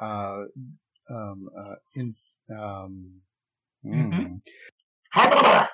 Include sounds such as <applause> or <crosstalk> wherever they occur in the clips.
uh, um, uh, in, um, Mm-hmm. hmm, Mhm. Hyperbole.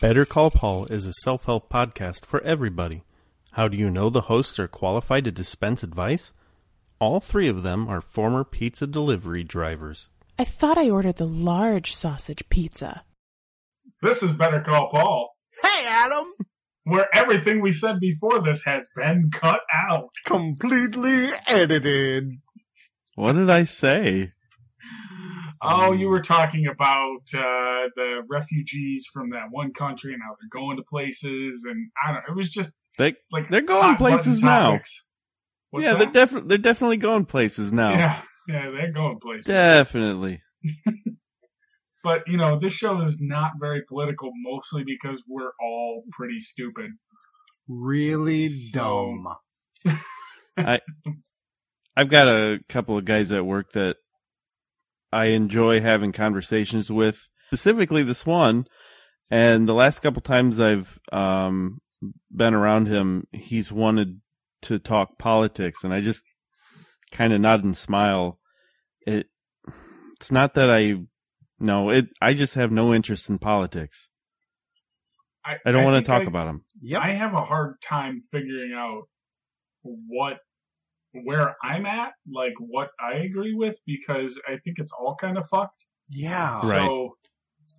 Better Call Paul is a self help podcast for everybody. How do you know the hosts are qualified to dispense advice? All three of them are former pizza delivery drivers. I thought I ordered the large sausage pizza. This is Better Call Paul, Hey, Adam! where everything we said before this has been cut out. completely edited. What did I say? Oh, you were talking about uh, the refugees from that one country and how they're going to places, and I don't. It was just They like They're going hot button places now. topics. What's yeah, that? they're def- they're definitely going places now. yeah, yeah, they're going places. Definitely. But you know, this show is not very political, mostly because we're all pretty stupid. Really dumb. I've got a couple of guys at work that I enjoy having conversations with, specifically this one. And the last couple times I've um, been around him, he's wanted to talk politics, and I just kind of nod and smile. It it's not that I no it I just have no interest in politics. I don't want think to talk I- about him. Yep. I have a hard time figuring out what where I'm at, like what I agree with, because I think it's all kind of fucked. yeah. Right. So,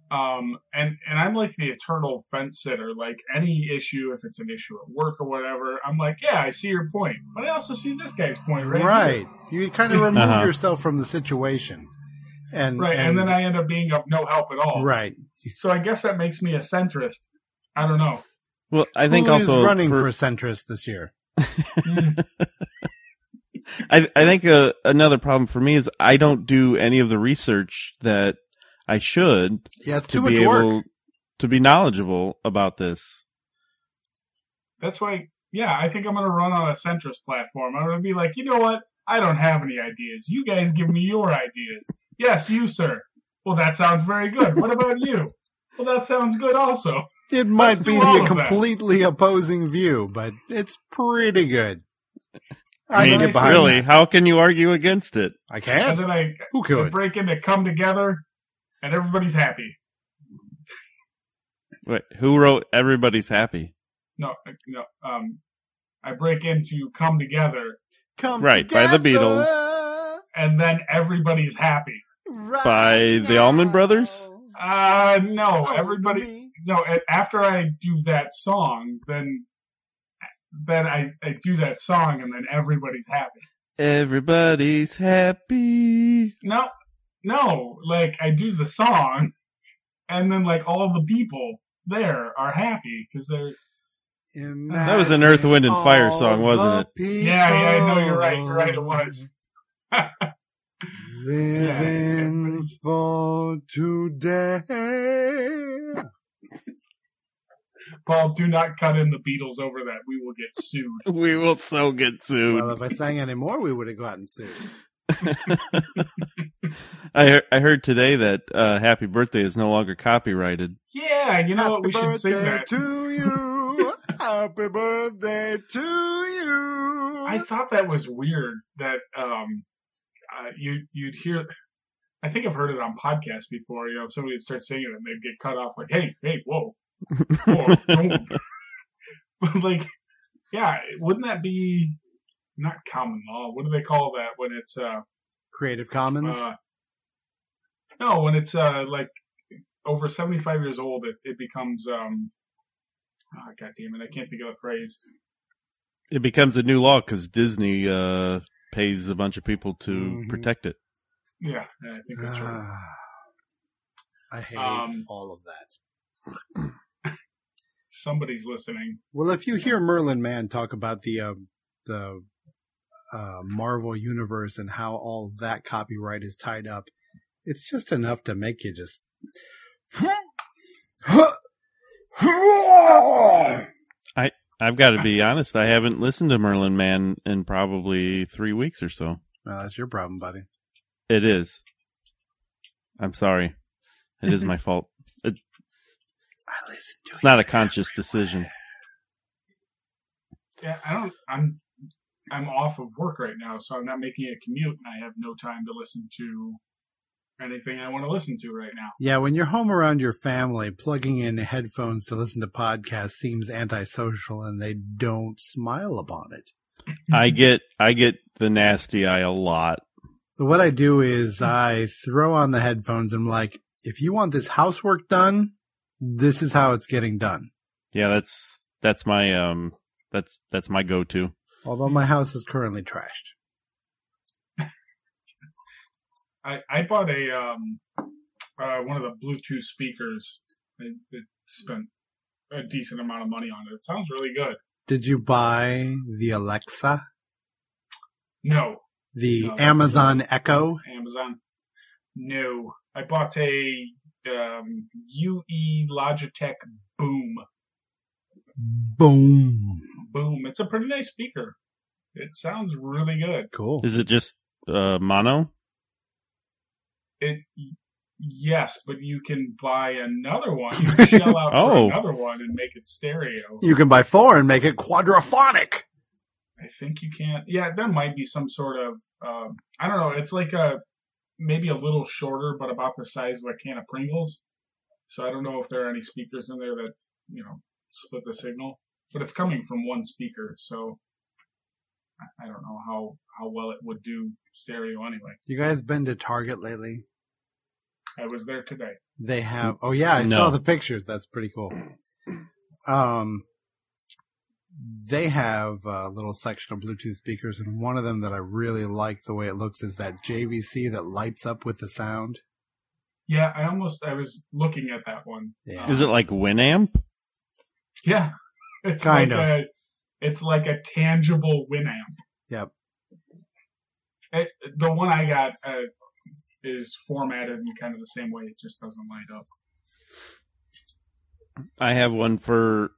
um, and and I'm like the eternal fence sitter. Like any issue, if it's an issue at work or whatever, I'm like, yeah, I see your point, but I also see this guy's point, right? Right. You kind of remove Uh-huh. yourself from the situation. And, here. Right. And, then I end up being of no help at all. Right. So I guess that makes me a centrist. I don't know. <laughs> Well, I think Who is also running for- for, centrist this year. Mm. I I think uh, another problem for me is I don't do any of the research that I should Yeah, it's to too be much able work. to be knowledgeable about this. That's why, yeah, I think I'm going to run on a centrist platform. I'm going to be like, you know what? I don't have any ideas. You guys give me your ideas. Yes, you, sir. Well, that sounds very good. What about you? Well, that sounds good also. It might do be all the of that. completely opposing view, but it's pretty good. I, can mean, get behind really, that. how can you argue against it? I And can't. then I Who I could? break into come together, and everybody's happy. Wait, who wrote "Everybody's Happy"? No, no. Um, I break into come together, Come Right, by the together, and then everybody's happy. right By the now. Allman Brothers? Uh, no, Oh, everybody. me. no and after i do that song then then I, I do that song and then everybody's happy Everybody's happy. no no like i do the song <laughs> and then like all the people there are happy because they're That was an Earth, Wind, and Fire song, wasn't it? yeah yeah i know you're right you're right it was Living for today. paul do not cut in the beatles over that we will get sued We will so get sued. Well, if I sang any more, we would have gotten sued. I heard, I heard today that uh, "Happy Birthday" is no longer copyrighted. yeah you know what Happy we should birthday sing that to you. Happy birthday to you. I thought that was weird that um, uh, you you'd hear. I think I've heard it on podcasts before. You know, if somebody would start singing it, and they'd get cut off like, "Hey, hey, whoa, whoa, <laughs> don't." but like, yeah, wouldn't that be not common law? What do they call that when it's uh, Creative Commons. uh no when it's uh like over seventy five years old? It it becomes um, oh, God damn it, I can't think of the phrase. <laughs> It becomes a new law because Disney uh, pays a bunch of people to Mhm. protect it. Yeah, I think that's right. Ah. I hate Um, all of that. Somebody's listening. Well, if you hear Merlin Mann talk about the um the uh, Marvel universe and how all that copyright is tied up, it's just enough to make you just. I've got to be honest. I haven't listened to Merlin Man in probably three weeks or so. Well, that's your problem, buddy. It is. I'm sorry. It is my fault. I listen to It's not a conscious decision. Yeah, I don't. I'm I'm off of work right now, so I'm not making a commute, and I have no time to listen to anything I want to listen to right now. Yeah, when you're home around your family, plugging in headphones to listen to podcasts seems antisocial, and they don't smile upon it. I get I get the nasty eye a lot. So what I do is I throw on the headphones. I'm like, if you want this housework done, this is how it's getting done. Yeah, that's that's my um that's that's my go to. Although my house is currently trashed. I I bought a um uh one of the Bluetooth speakers. I, I spent a decent amount of money on it. It sounds really good. Did you buy the Alexa, No, the No, that's Amazon Echo? Amazon. No, I bought a um UE Logitech Boom. Boom. Boom. It's a pretty nice speaker. It sounds really good. Cool. Is it just uh mono? It yes, but you can buy another one. You can shell out Oh. for another one and make it stereo. You can buy four and make it quadraphonic. I think you can. Yeah, there might be some sort of um, I don't know. It's like a maybe a little shorter, but about the size of a can of Pringles. So I don't know if there are any speakers in there that you know split the signal, but it's coming from one speaker, so. I- I don't know how, how well it would do stereo anyway. You guys been to Target lately? I was there today. They have. Oh yeah, I No. saw the pictures. That's pretty <clears throat> cool. Um, they have a little section of Bluetooth speakers, and one of them that I really like the way it looks is that JVC that lights up with the sound. Yeah, I almost I was looking at that one. Yeah. Is it like Winamp? Yeah, <laughs> it's Kind like of. A, it's like a tangible Winamp. Yep. It, the one I got uh, is formatted in kind of the same way. It just doesn't light up. I have one for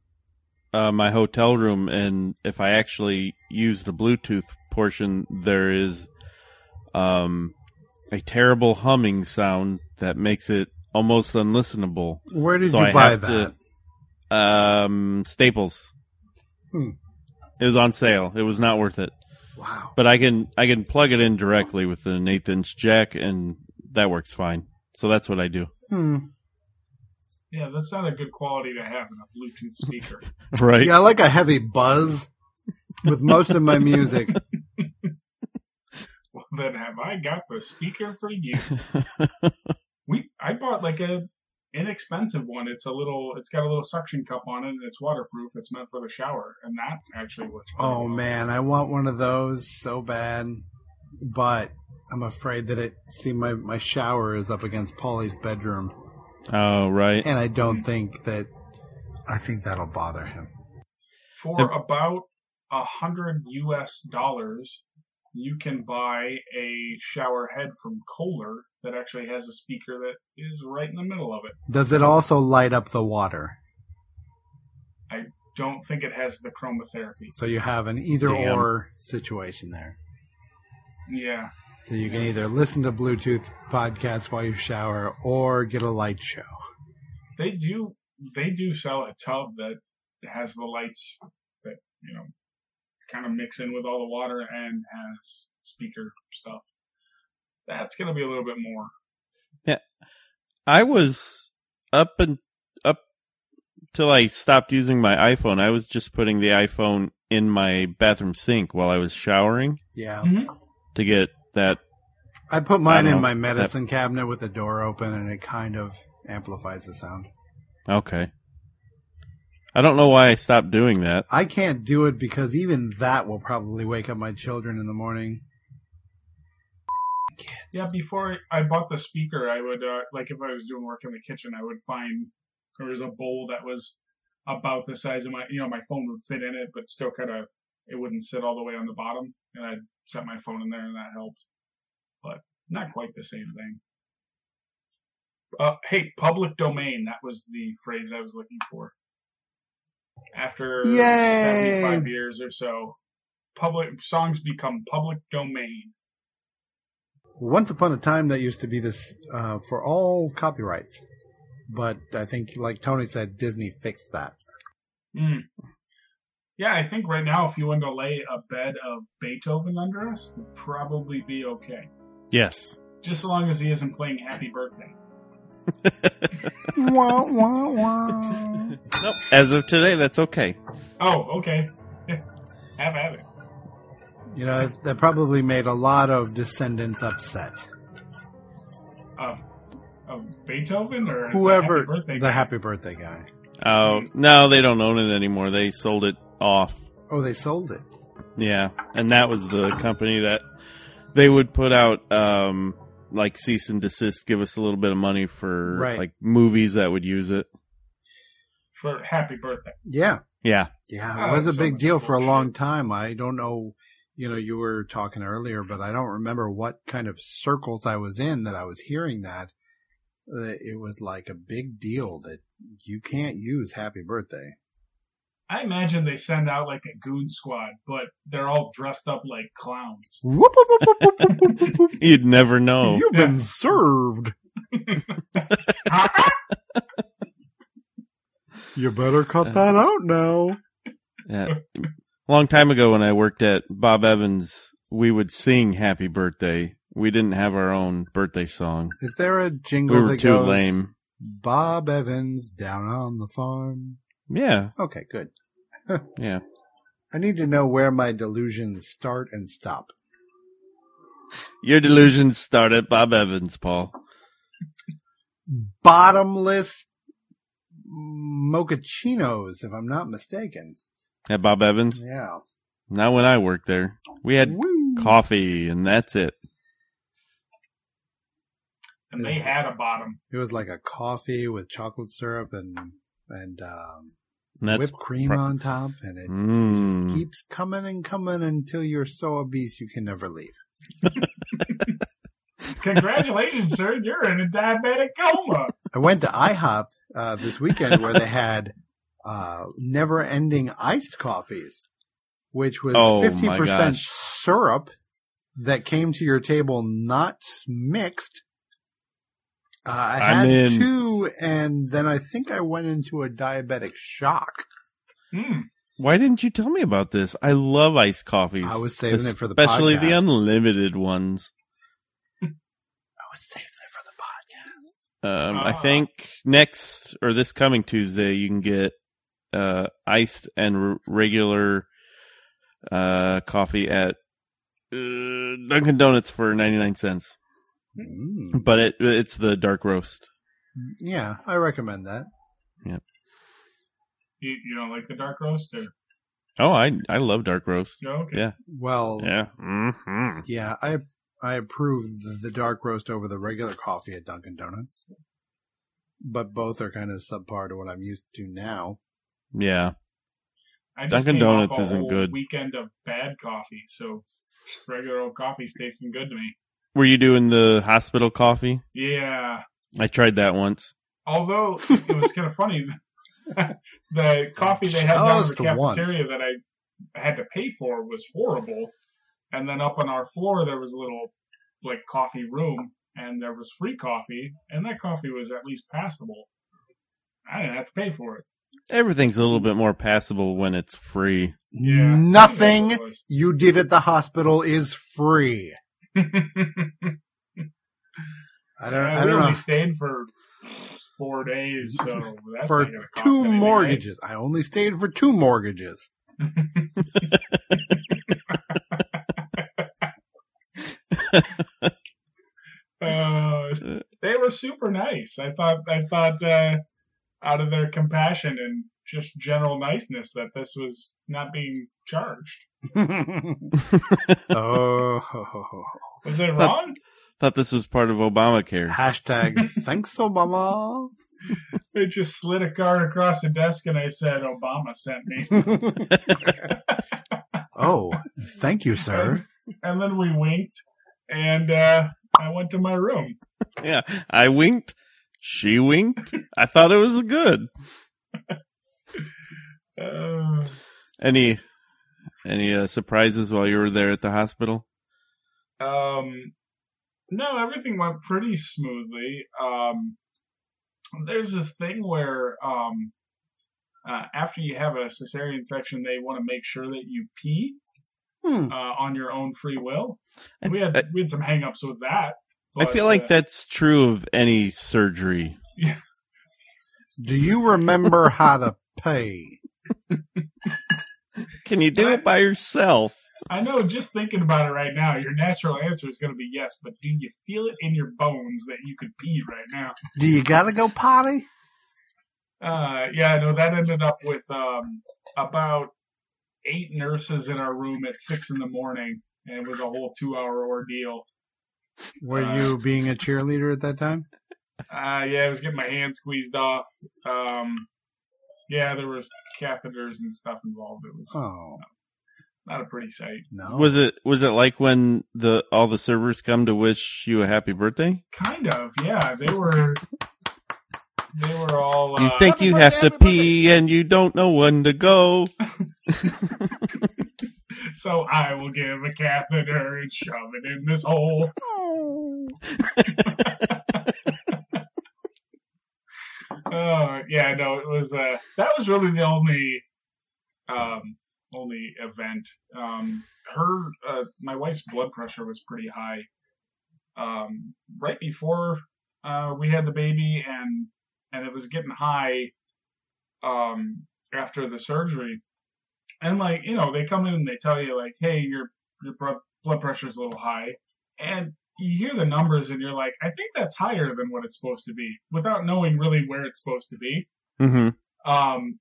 uh, my hotel room, and if I actually use the Bluetooth portion, there is um, a terrible humming sound that makes it almost unlistenable. Where did So you I buy have that? to- Um, Staples. Hmm. It was on sale. It was not worth it, Wow. but I can I can plug it in directly with an eighth inch jack, and that works fine. So that's what I do. Hmm. Yeah, that's not a good quality to have in a Bluetooth speaker. <laughs> Right. Yeah, I like a heavy buzz with most of my <laughs> music. well, then have I got the speaker <laughs> for you? We I bought like a inexpensive one. It's a little. It's got a little suction cup on it, and it's waterproof. It's meant for the shower, and that actually works. pretty Oh well. man, I want one of those so bad, but I'm afraid that it. See, my my shower is up against Polly's bedroom. Oh, right. and I don't think that I think that'll bother him. for about a hundred US dollars, you can buy a shower head from Kohler that actually has a speaker that is right in the middle of it. Does it also light up the water? Don't think it has the chromotherapy. So you have an either Damn. or situation there. Yeah. So you can either listen to Bluetooth podcasts while you shower or get a light show. They do they do sell a tub that has the lights that, you know, kind of mix in with all the water and has speaker stuff. That's gonna be a little bit more. I was up and up till I stopped using my iPhone. I was just putting the iPhone in my bathroom sink while I was showering Yeah. to get that. I put mine I in don't- my medicine cabinet with the door open and it kind of amplifies the sound. Okay. I don't know why I stopped doing that. I can't do it because even that will probably wake up my children in the morning. Yeah, before I I bought the speaker, I would uh, like if I was doing work in the kitchen, I would find there was a bowl that was about the size of my, you know, my phone would fit in it, but still kind of it wouldn't sit all the way on the bottom. and I set my phone in there and that helped. But not quite the same thing. Uh, hey, public domain. That was the phrase I was looking for. After Yay! 75 years or so, public songs become public domain. Once upon a time, that used to be this uh, for all copyrights, but I think, like Tony said, Disney fixed that. Mm. Yeah, I think right now, if you wanted to lay a bed of Beethoven under us, it'd probably be okay. Yes. Just as long as he isn't playing Happy Birthday. <laughs> wah, wah, wah. Nope. As of today, that's okay. Oh, okay. <laughs> Have at it. You know, that probably made a lot of descendants upset. Of, of Oh, Beethoven or Whoever Happy Birthday? the happy birthday guy. Oh no, they don't own it anymore. They sold it off. Oh, they sold it. Yeah, and that was the company that they would put out um, like cease and desist, give us a little bit of money for Right. like movies that would use it. for Happy Birthday. Yeah. Yeah, Yeah, it Oh, was a so big much deal for a bullshit. long time. I don't know, you know, you were talking earlier, but I don't remember what kind of circles I was in that I was hearing that. Uh, It was like a big deal that you can't use happy birthday. I imagine they send out like a goon squad, but they're all dressed up like <laughs> clowns. Whoop, whoop, whoop, whoop, whoop, whoop, whoop, <laughs> whoop. you'd never know. You've been served. You better cut that out now. <laughs> Yeah. Long time ago, when I worked at Bob Evans, we would sing "Happy Birthday." We didn't have our own birthday song. Is there a jingle We were that too goes, lame. Bob Evans down on the farm? Yeah, Okay, good. yeah. I need to know where my delusions start and stop. Your delusions start at Bob Evans, Paul. bottomless mochachinos, if I'm not mistaken. At Bob Evans. Yeah. Not when I worked there. We had Woo. coffee, and that's it. And they had a bottom. It was like a coffee with chocolate syrup and and um, And that's whipped cream pro- on top, and it Mm. just keeps coming and coming until you're so obese you can never leave. Congratulations, sir. You're in a diabetic coma. I went to IHOP uh, this weekend where they had uh, never-ending iced coffees, which was Oh, my fifty percent gosh. syrup that came to your table not mixed. Uh, I had I'm in. two, and then I think I went into a diabetic shock. Hmm. Why didn't you tell me about this? I love iced coffees. I was saving it for the especially the podcast. unlimited ones. I was saving it for the podcast. Um, I Ah. think next or this coming Tuesday you can get uh, iced and r- regular uh, coffee at uh, Dunkin' Donuts for ninety nine cents. Mm. But it it's the dark roast. Yeah, I recommend that. You, you don't like the dark roast? Or, Oh, I I love dark roast. no? Okay. Yeah. Well, Yeah. hmm yeah, I I approve the, the dark roast over the regular coffee at Dunkin' Donuts, but both are kind of subpar to what I'm used to now. Yeah. I just Dunkin' came off Donuts a isn't whole good. Weekend of bad coffee, so regular old coffee's tasting good to me. Were you doing the hospital coffee? Yeah. I tried that once. although it was kind of funny, <laughs> the coffee they had down in the Just once. cafeteria that I had to pay for was horrible. And then up on our floor, there was a little like coffee room, and there was free coffee, and that coffee was at least passable. I didn't have to pay for it. Everything's a little bit more passable when it's free. Yeah, Nothing I know what it was. you did at the hospital is free. <laughs> I don't. I I don't Uh, only know. stayed for four days, <laughs> so that's For not gonna cost two anything, right? mortgages. I only stayed for two mortgages. Uh, they were super nice. I thought I thought uh, out of their compassion and just general niceness that this was not being charged. oh, ho, ho, ho. Was it wrong? Thought this was part of Obamacare. hashtag thanks oh, Obama. I just slid a card across the desk and I said Obama sent me. oh, Oh, thank you, <laughs> sir. and then we winked, and uh, I went to my room. Yeah, I winked. She winked. I thought it was good. Uh, Any any uh, surprises while you were there at the hospital? um, no, everything went pretty smoothly. Um, there's this thing where um, uh, after you have a cesarean section, they want to make sure that you pee Hmm. uh, on your own free will. I- We had I- we had some hangups with that. I but, feel like uh, that's true of any surgery. Do you remember how to pay? Can you do it by yourself? I know. Just thinking about it right now, your natural answer is going to be yes. But do you feel it in your bones that you could pee right now? Do you gotta go potty? Uh, yeah, no, that ended up with um, about eight nurses in our room at six in the morning, and it was a whole two-hour ordeal. Were you being a cheerleader at that time? Uh, yeah, I was getting my hand squeezed off. Um, yeah, there was catheters and stuff involved. It was Oh not a pretty sight. no. Was it was it like when the all the servers come to wish you a happy birthday? Kind of, yeah. They were, they were all. You uh, think happy you birthday, have to happy pee and you don't know when to go. So I will give a catheter and shove it in this hole. Oh yeah, no, it was uh that was really the only um only event. Um her uh my wife's blood pressure was pretty high. Um right before uh we had the baby and and it was getting high um after the surgery. And like, you know, they come in and they tell you like, "Hey, your your bro- blood pressure's a little high." And you hear the numbers and you're like, I think that's higher than what it's supposed to be without knowing really where it's supposed to be. Mm-hmm. Um,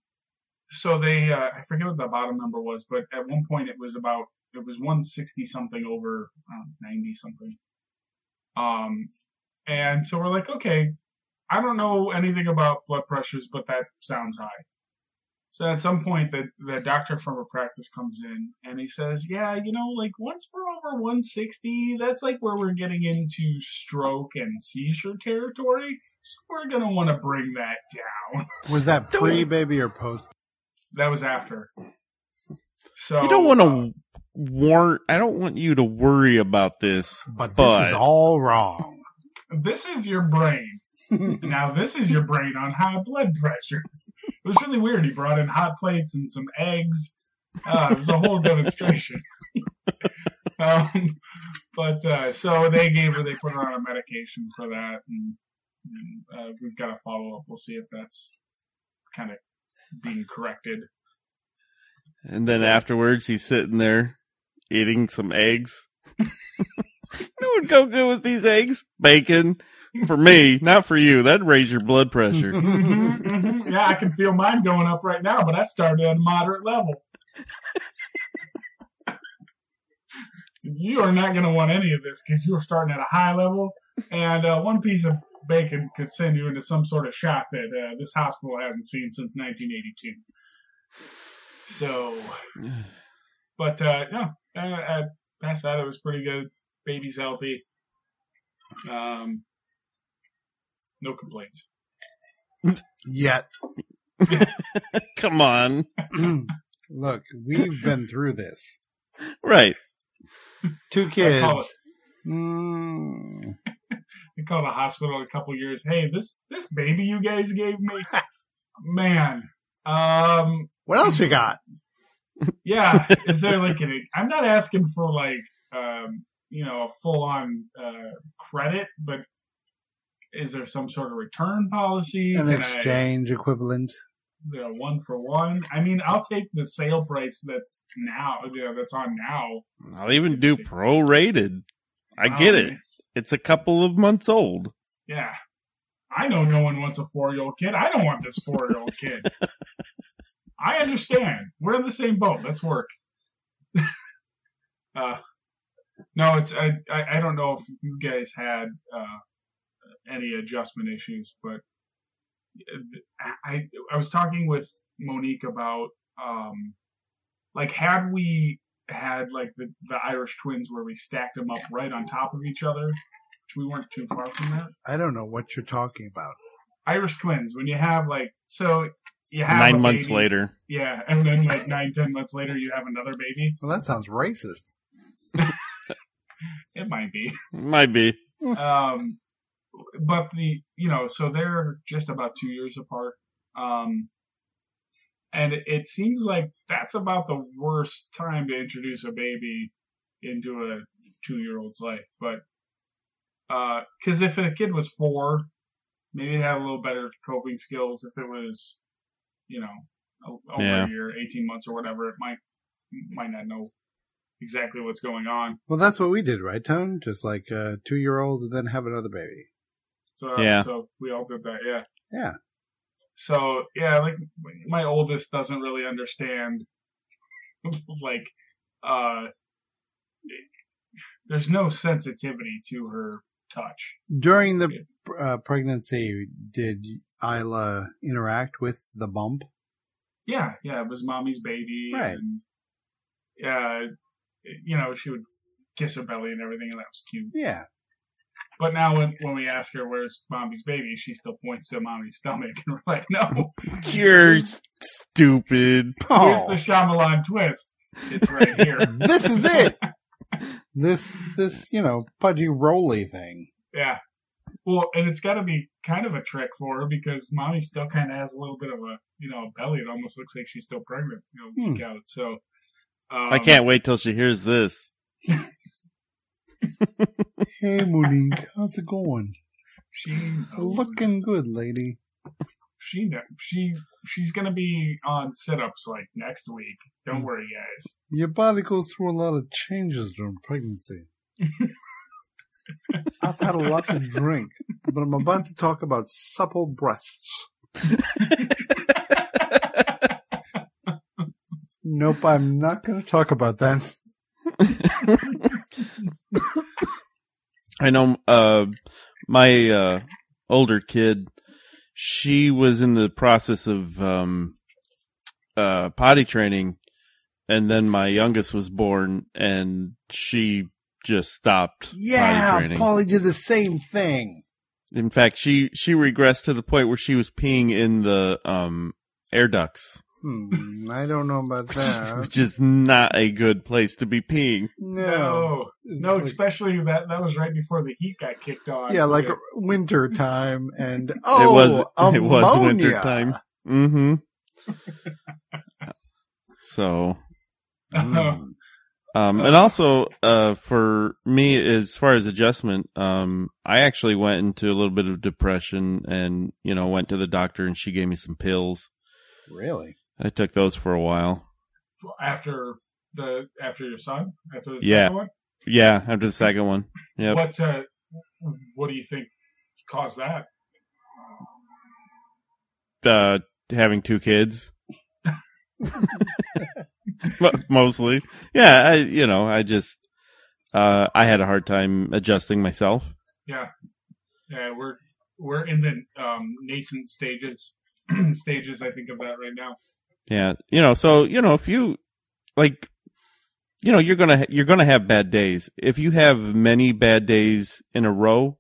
so they, uh, I forget what the bottom number was, but at one point it was about, it was 160 something over um, 90 something. Um, and so we're like, okay, I don't know anything about blood pressures, but that sounds high. So at some point, the, the doctor from a practice comes in and he says, Yeah, you know, like once we're over 160, that's like where we're getting into stroke and seizure territory. So we're going to want to bring that down. Was that pre baby or post? That was after. So uh, you don't want to warn. I don't want you to worry about this. But this But- is all wrong. This is your <laughs> brain. now this is your brain on high blood pressure. It was really weird. He brought in hot plates and some eggs. Uh, it was a whole demonstration. <laughs> um, but uh, so they gave her, they put her on a medication for that, and, and, uh, we've got a follow up. We'll see if that's kind of being corrected. And then afterwards, he's sitting there eating some eggs. <laughs> you know what would go good with these eggs? Bacon. For me, not for you. That'd raise your blood <laughs> pressure. Mhm, mhm. Yeah, I can feel mine going up right now, but I started at a moderate level. <laughs> you are not going to want any of this because you're starting at a high level, and uh, one piece of bacon could send you into some sort of shock that uh, this hospital hasn't seen since 1982. So, but uh, no, uh, uh, past that, it was pretty good. Baby's healthy. Um, no complaints. <laughs> Yet, <clears throat> Come on. look, we've been through this. Right. Two I call kids. Mm. They called the hospital in a couple years. Hey, this this baby you guys <laughs> gave me, man. Um, What else you got? yeah. Is there like an? I'm not asking for like, um, you know, a full on uh, credit, but is there some sort of return policy? An Can I- exchange equivalent. you know, one for one. I mean, I'll take the sale price that's now, you know, that's on now. I'll even do prorated. I get Um, it. It's a couple of months old. Yeah. I know no one wants a four year old kid. I don't want this four year old kid. I understand. We're in the same boat. Let's work. <laughs> uh, no, it's I, I. I don't know if you guys had uh, any adjustment issues, but I I was talking with Monique about um, like had we had like the, the Irish twins where we stacked them up right on top of each other. which We weren't too far from that. I don't know what you're talking about. Irish twins, when you have like, so you have a Nine months baby- later. Yeah, and then like nine, ten months later, you have another baby. Well, that sounds racist. It might be. Might be. um, but the you know so they're just about two years apart um, and it, it seems like that's about the worst time to introduce a baby into a two year old's life but because if a kid was four maybe they had a little better coping skills if it was you know o- over Yeah. a year 18 months or whatever it might might not know exactly what's going on Well, that's what we did, right, Tone? Just like a two year old and then have another baby. So uh, Yeah. so we all did that, yeah. Yeah. So yeah, like my oldest doesn't really understand <laughs> like uh there's no sensitivity to her touch. During the uh, pregnancy, did Isla interact with the bump? Yeah, yeah, it was mommy's baby Right. and yeah, you know, she would kiss her belly and everything and that was cute. Yeah. But now when when we ask her where's mommy's baby, she still points to mommy's stomach <laughs> and we're like, No. You're s- stupid. Here's Oh, the Shyamalan twist. It's right <laughs> here. this is it. this this you know pudgy roly thing. Yeah. Well, and it's got to be kind of a trick for her because mommy still kind of has a little bit of a, you know, a belly. It almost looks like she's still pregnant, you know, Hmm. week out. So um, I can't wait till she hears this. Hey, Monique, how's it going? She knows. Looking good, lady. She kn- she she's gonna be on sit-ups like next week. Don't Hmm. worry, guys. Your body goes through a lot of changes during pregnancy. <laughs> I've had a lot to drink, but I'm about to talk about supple breasts. Nope, I'm not going to talk about that. I know uh, my uh, older kid, she was in the process of um, uh, potty training, and then my youngest was born, and she just stopped potty Yeah, training. Polly did the same thing. in fact, she she regressed to the point where she was peeing in the um, air ducts, <laughs> Hmm, I don't know <laughs> about that. which is not a good place to be peeing. No. No, It's no, like- especially that that was right before the heat got kicked on. yeah, like It- winter time and oh, <laughs> it was ammonia. it was winter time. <laughs> Mm-hmm. so <laughs> Mm. Um, and also, uh, for me, as far as adjustment, um, I actually went into a little bit of depression and, you know, went to the doctor and she gave me some pills. Really? I took those for a while. after the after your son after the Yeah. second one. Yeah. After the second one. Yep. What uh, what do you think caused that? Uh, having two kids. Mo- Mostly. Yeah. I, you know, I just, uh, I had a hard time adjusting myself. Yeah, Uh, we're we're in the um, nascent stages <clears throat> stages I think of that right now. Yeah, you know, so you know, if you like, you know, you're gonna you're gonna have bad days. If you have many bad days in a row,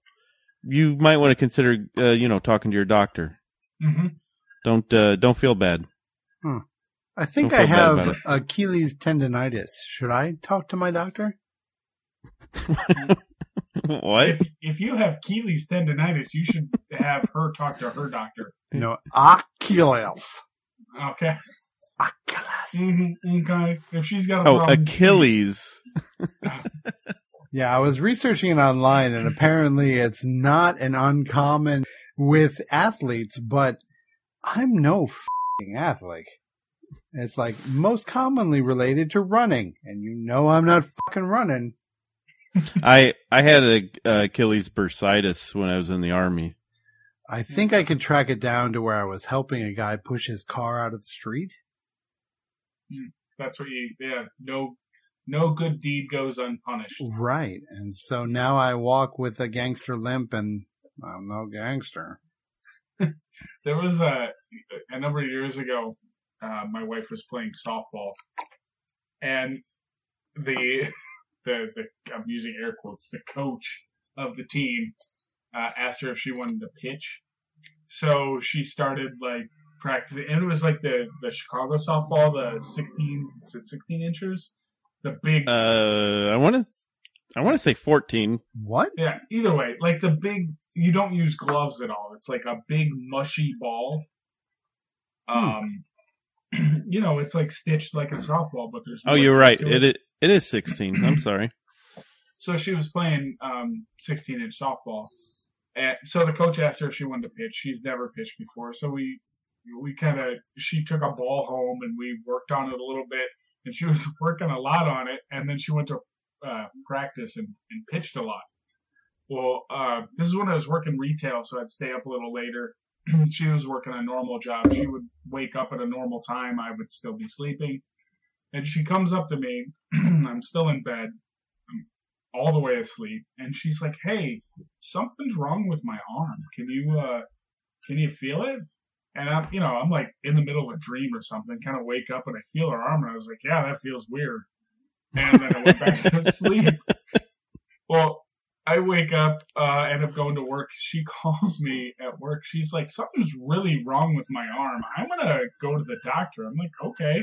you might want to consider, uh, you know, talking to your doctor. Mm-hmm. Don't uh, don't feel bad. <laughs> I think Don't I feel bad about have Achilles tendonitis. Should I talk to my doctor? what? If if you have Keeley's tendonitis, you should have her talk to her doctor. No, Achilles. Okay. Achilles. Mm-hmm. Okay. If she's got a Oh, problem, Achilles. Yeah, I was researching it online, and apparently it's not an uncommon with athletes, but I'm no fing athlete. It's like most commonly related to running, and you know I'm not fucking running. I I had a, uh Achilles bursitis when I was in the army. I think I could track it down to where I was helping a guy push his car out of the street. that's what you. Yeah. No. No good deed goes unpunished. Right. And so now I walk with a gangster limp and I'm no gangster. There was a a number of years ago. Uh, my wife was playing softball, and the <laughs> the, the I'm using air quotes the coach of the team uh, asked her if she wanted to pitch, so she started like practicing, and it was like the the Chicago softball, the 16 is it 16 inches, the big Uh, I want to, I want to say fourteen. What? yeah. Either way, like the big you don't use gloves at all. It's like a big mushy ball. Hmm. Um, <clears throat> you know, it's like stitched like a softball, but there's Oh, more you're right. to It it, it is sixteen. I'm sorry. <laughs> So she was playing um, 16 inch softball. And so the coach asked her if she wanted to pitch. She's never pitched before. So we, we kind of, she took a ball home and we worked on it a little bit. And she <laughs> was working a lot on it. And then she went to uh, practice and, and pitched a lot. Well, uh, this is when I was working retail, so I'd stay up a little later. <clears throat> she was working a normal job. She would wake up at a normal time. I would still be sleeping. And she comes up to me. <clears throat> I'm still in bed all the way asleep and she's like hey something's wrong with my arm can you uh can you feel it and i'm you know i'm like in the middle of a dream or something kind of wake up and i feel her arm and i was like yeah that feels weird and then i went back <laughs> to sleep well i wake up uh end up going to work she <laughs> calls me at work she's like something's really wrong with my arm i'm gonna go to the doctor i'm like okay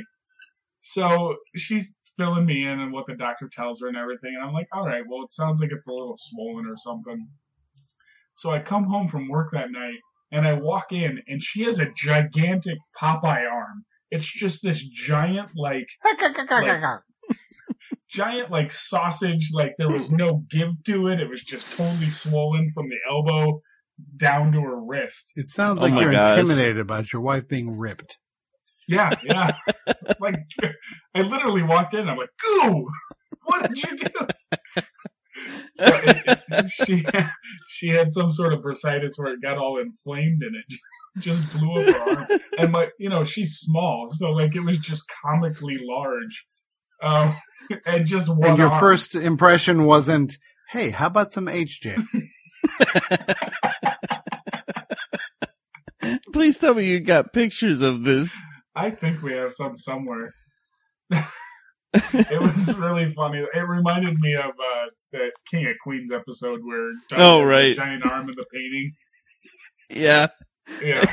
so she's filling me in on what the doctor tells her and everything. And I'm like, all right, well, it sounds like it's a little swollen or something. So I come home from work that night and I walk in and she has a gigantic Popeye arm. It's just this giant, like, giant, like sausage. Like there was no give to it. It was just totally swollen from the elbow down to her wrist. It sounds Oh like my you're gosh. intimidated about your wife being ripped. Yeah, yeah. <laughs> like I literally walked in. I'm like, "Goo, what did you do?" <laughs> So it, it- she she had some sort of bursitis where it got all inflamed and it <laughs> just blew up her arm. And my, you know, she's small, so like it was just comically large. Um, <laughs> and just one. and your arm. first impression wasn't, hey, how about some HJ? Please tell me you got pictures of this. I think we have some <laughs> somewhere. it was really funny. It reminded me of uh, the King of Queens episode where Doug Oh, has the right. giant arm in the <laughs> painting. Yeah, Yeah.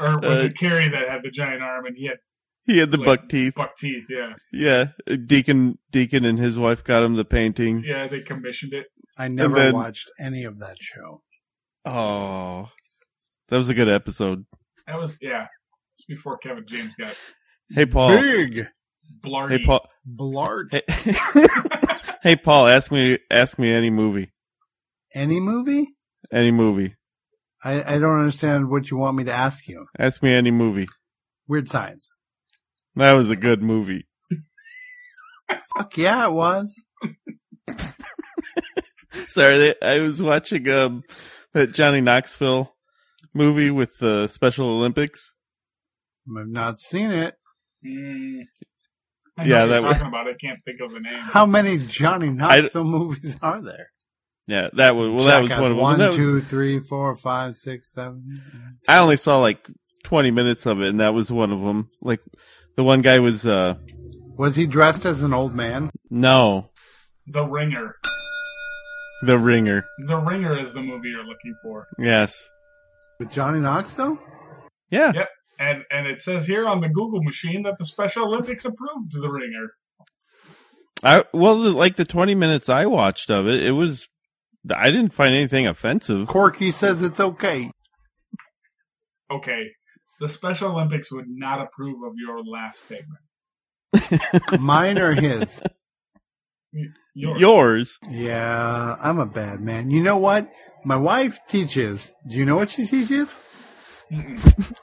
Or was Uh, it Carrie that had the giant arm and he had he had the buck teeth. buck teeth? Yeah. Yeah, uh, Deacon Deacon and his wife got him the painting. Yeah, they commissioned it. I never then- watched any of that show. Oh, that was a good episode. That was, yeah. It's before Kevin James got Hey Paul. Big blargy. Hey Paul. blart. Oh. Hey, <laughs> hey Paul. Ask me. Ask me any movie. Any movie? Any movie. I, I don't understand what you want me to ask you. Ask me any movie. Weird Science. That was a good movie. Fuck yeah, it was. Sorry, they, I was watching um that Johnny Knoxville movie with the Special Olympics. I've not seen it. Mm. I know Yeah, what that you're was- talking about. I can't think of the name. How many Johnny Knoxville movies are there? Yeah, that was well. that was Jackass, one of them. One, That was- two, three, four, five, six, seven. I only saw like twenty minutes of it, and that was one of them. Like the one guy was uh Was he dressed as an old man? no The Ringer. the ringer. The Ringer is the movie you're looking for. Yes, With Johnny Knoxville? yeah, Yeah. And and it says here on the Google machine that the Special Olympics approved The Ringer. I well the, like the twenty minutes I watched of it. It was I didn't find anything offensive. Corky says it's okay. Okay. The Special Olympics would not approve of your last statement. Mine or his? Yours. Yours? Yeah, I'm a bad man. You know what? My wife teaches. Do you know what she teaches? Mm-mm.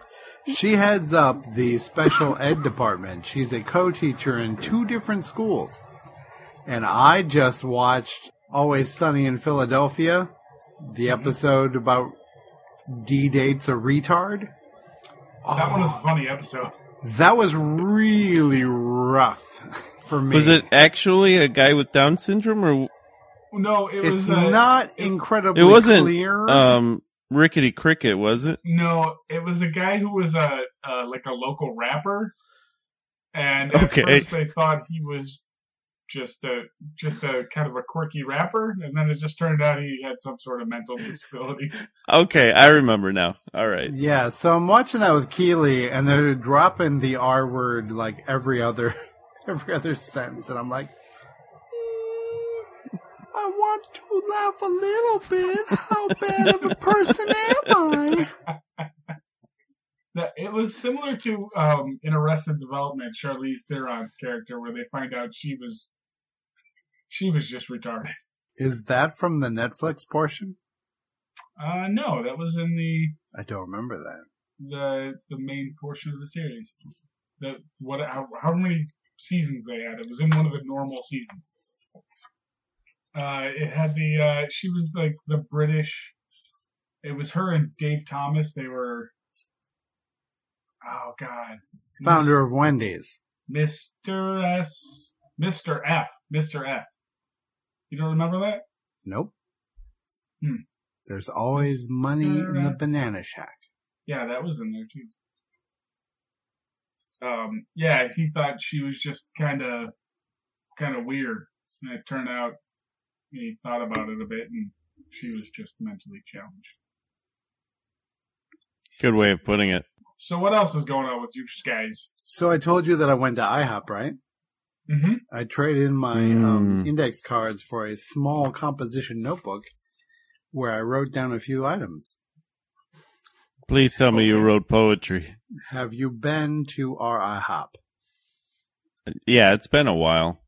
She heads up the special ed department. She's a co teacher in two different schools. And I just watched Always Sunny in Philadelphia, the Mm-hmm. episode about D dates a retard. That one was a funny episode. That was really rough <laughs> for me. Was it actually a guy with Down syndrome or No, it It's was uh, not incredibly it wasn't clear. um rickety cricket? Was it? No, it was a guy who was a uh, like a local rapper, and at Okay. first they thought he was just a just a kind of a quirky rapper, and then it just turned out he had some sort of mental disability. Okay, I remember now. All right. Yeah, so I'm watching that with Keeley, and they're dropping the R word like every other <laughs> every other sentence, and I'm like, "Mm, I want to laugh a little bit. How bad of a person am I? That- It was similar to um, in Arrested Development, Charlize Theron's character, where they find out she was she was just retarded. Is that from the Netflix portion? Uh, no, that was in the I don't remember that. the the main portion of the series. The what how, how many seasons they had? It was in one of the normal seasons. Uh, it had the uh, she was like the British. It was her and Dave Thomas. They were oh god, Founder of Wendy's. Mister S, Mister F, Mister F. You don't remember that? Nope. Hmm. There's always money in the Alright. banana shack. Yeah, that was in there too. Um, yeah, he thought she was just kind of, kind of weird, and it turned out he thought about it a bit, and she was just mentally challenged. Good way of putting it. So what else is going on with you guys? So I told you that I went to IHOP, right? Mm-hmm. I traded in my um, Mm. index cards for a small composition notebook where I wrote down a few items. Please tell me you wrote poetry. Have you been to our IHOP? Yeah, it's been a while.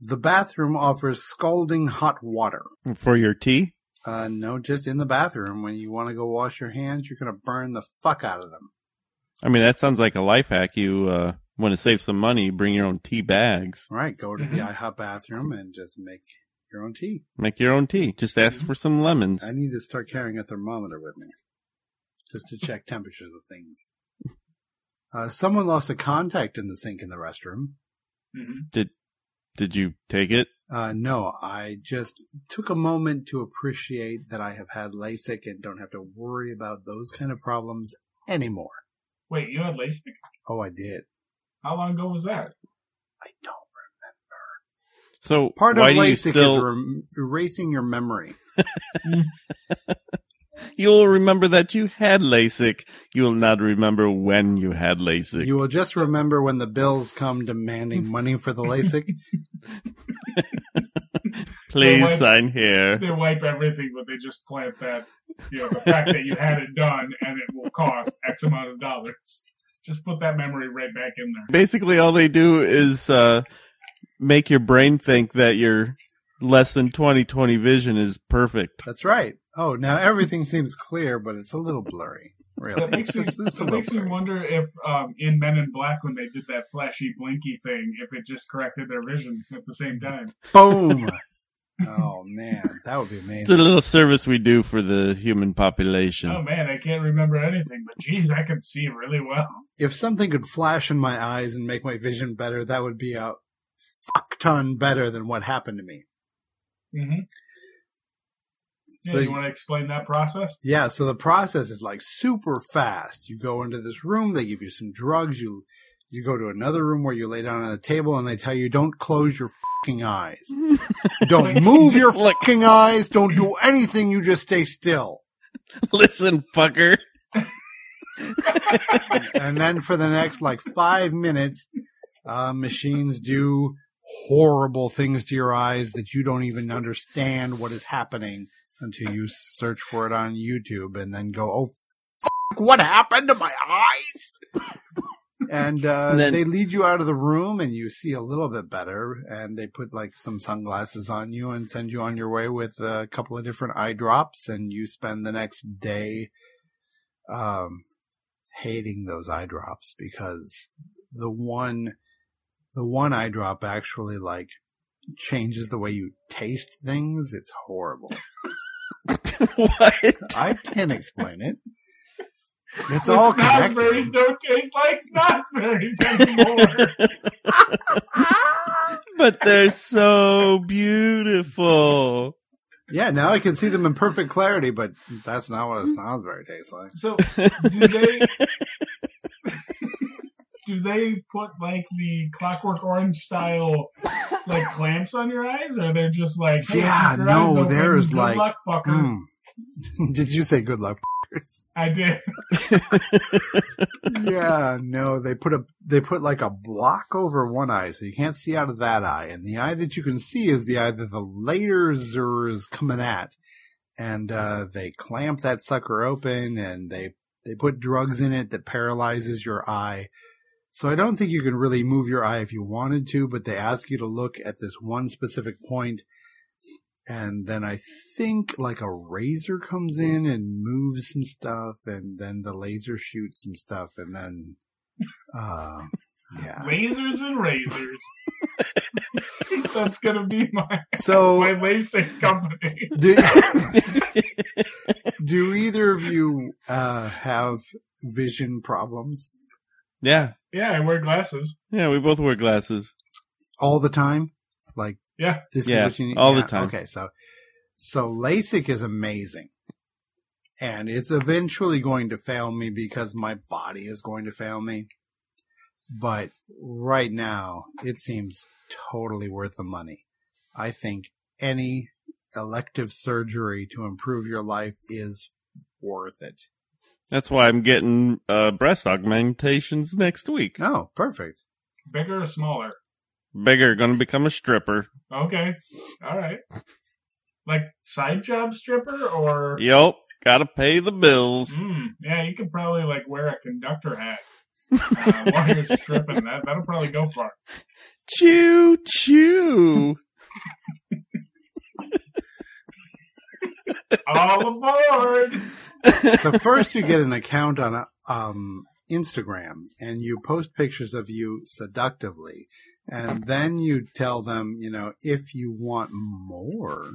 The bathroom offers scalding hot water. For your tea? Uh, no, just in the bathroom. When you want to go wash your hands, you're going to burn the fuck out of them. I mean, that sounds like a life hack. You uh, want to save some money, bring your own tea bags. All right, go to the IHOP bathroom and just make your own tea. Make your own tea. Just ask for some lemons. I need to start carrying a thermometer with me just to check temperatures of things. Uh, someone lost a contact in the sink in the restroom. Mm-hmm. Did you take it? Uh, no, I just took a moment to appreciate that I have had LASIK and don't have to worry about those kind of problems anymore. Wait, you had LASIK? Oh, I did. How long ago was that? I don't. So Part why of do LASIK you is still? rem- erasing your memory. You'll remember that you had LASIK. You'll not remember when you had LASIK. You will just remember when the bills come <laughs> demanding money for the LASIK. Please Well, why- sign here. They wipe everything, but they just plant that, you know, the fact that you had it done and it will cost X amount of dollars. Just put that memory right back in there. Basically, all they do is uh, make your brain think that your less than 20/20 vision is perfect. That's right. Oh, now everything seems clear, but it's a little blurry. Really, That makes It's <laughs> me, just- it's a that little makes me blurry. wonder if um, in Men in Black when they did that flashy blinky thing, if it just corrected their vision at the same time. Boom. oh man, that would be It's a amazing. little service we do for the human population. Um, Oh man, I can't remember anything, but geez, I can see really well. If something could flash in my eyes and make my vision better, that would be a fuck ton better than what happened to me. hmm Yeah, So you you- want to explain that process? Yeah, so the process is like super fast. You go into this room, they give you some drugs, you you go to another room where you lay down on a table and they tell you don't close your fucking eyes. don't move your Look. fucking eyes, don't do anything, you just stay still. <laughs> Listen, fucker. <laughs> and then for the next like five minutes, uh, machines do horrible things to your eyes that you don't even understand what is happening until you search for it on YouTube and then go, oh, fuck, what happened to my eyes? And uh, And then- they lead you out of the room, and you see a little bit better. And they put like some sunglasses on you and send you on your way with a couple of different eye drops. And you spend the next day um, hating those eye drops because the one the one eye drop actually like changes the way you taste things. It's horrible. what? I can't explain it. It's What all connected. Snosberries don't taste like snosberries anymore. but they're so beautiful. <laughs> Yeah, now I can see them in perfect clarity, but that's <laughs> not what a snozzberry tastes like. so do they? <laughs> do they put like the Clockwork Orange style like clamps on your eyes, or they're just like hey, Yeah, keep your no, eyes open, there's good like- luck, fucker. Mm. <laughs> Did you say good luck? <laughs> I did. <laughs> yeah, no, they put a they put like a block over one eye, so you can't see out of that eye, and the eye that you can see is the eye that the laser is coming at, and uh, they clamp that sucker open, and they they put drugs in it that paralyzes your eye. So I don't think you can really move your eye if you wanted to, but they ask you to look at this one specific point, and then I think like a razor comes in and moves some stuff, and then the laser shoots some stuff, and then, uh, yeah. Lasers <laughs> and razors. That's gonna be my my So LASIK company. do, do either of you uh, have vision problems Yeah. Yeah, I wear glasses. Yeah, we both wear glasses. all the time? Like, Yeah. this Yeah, is what you need all the yeah, time. Okay, so so LASIK is amazing, and it's eventually going to fail me because my body is going to fail me. But right now, it seems totally worth the money. I think any elective surgery to improve your life is worth it. That's why I'm getting uh, breast augmentations next week. Oh, perfect. Bigger or smaller? Bigger, gonna become a stripper. Okay. All right. Like side job stripper or Yup, gotta pay the bills. Mm, yeah, you could probably like wear a conductor hat uh, while <laughs> you're stripping. That that'll probably go far. Choo choo. All aboard! so first you get an account on um, Instagram and you post pictures of you seductively, and then you tell them, you know, if you want more,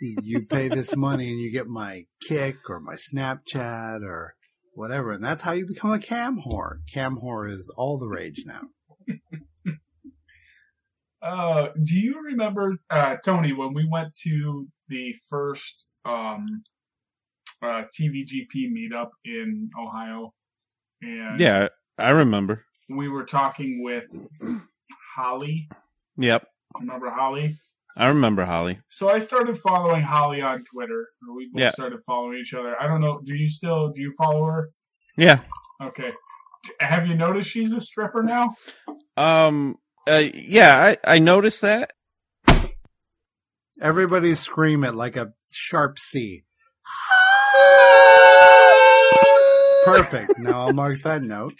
you pay this money and you get my kick or my Snapchat or whatever, and that's how you become a cam whore. Cam whore is all the rage now. Uh, do you remember uh, Tony when we went to the first um, uh, TVGP meetup in Ohio? And Yeah, I remember. we were talking with Holly. Yep, Remember Holly? I remember Holly. So I started following Holly on Twitter. Or we both Yeah. started following each other. I don't know. Do you still do you follow her? Yeah. Okay. Have you noticed she's a stripper now? Um. Uh, yeah, I, I noticed that. Everybody scream it like a sharp C. Perfect. Now I'll mark that note.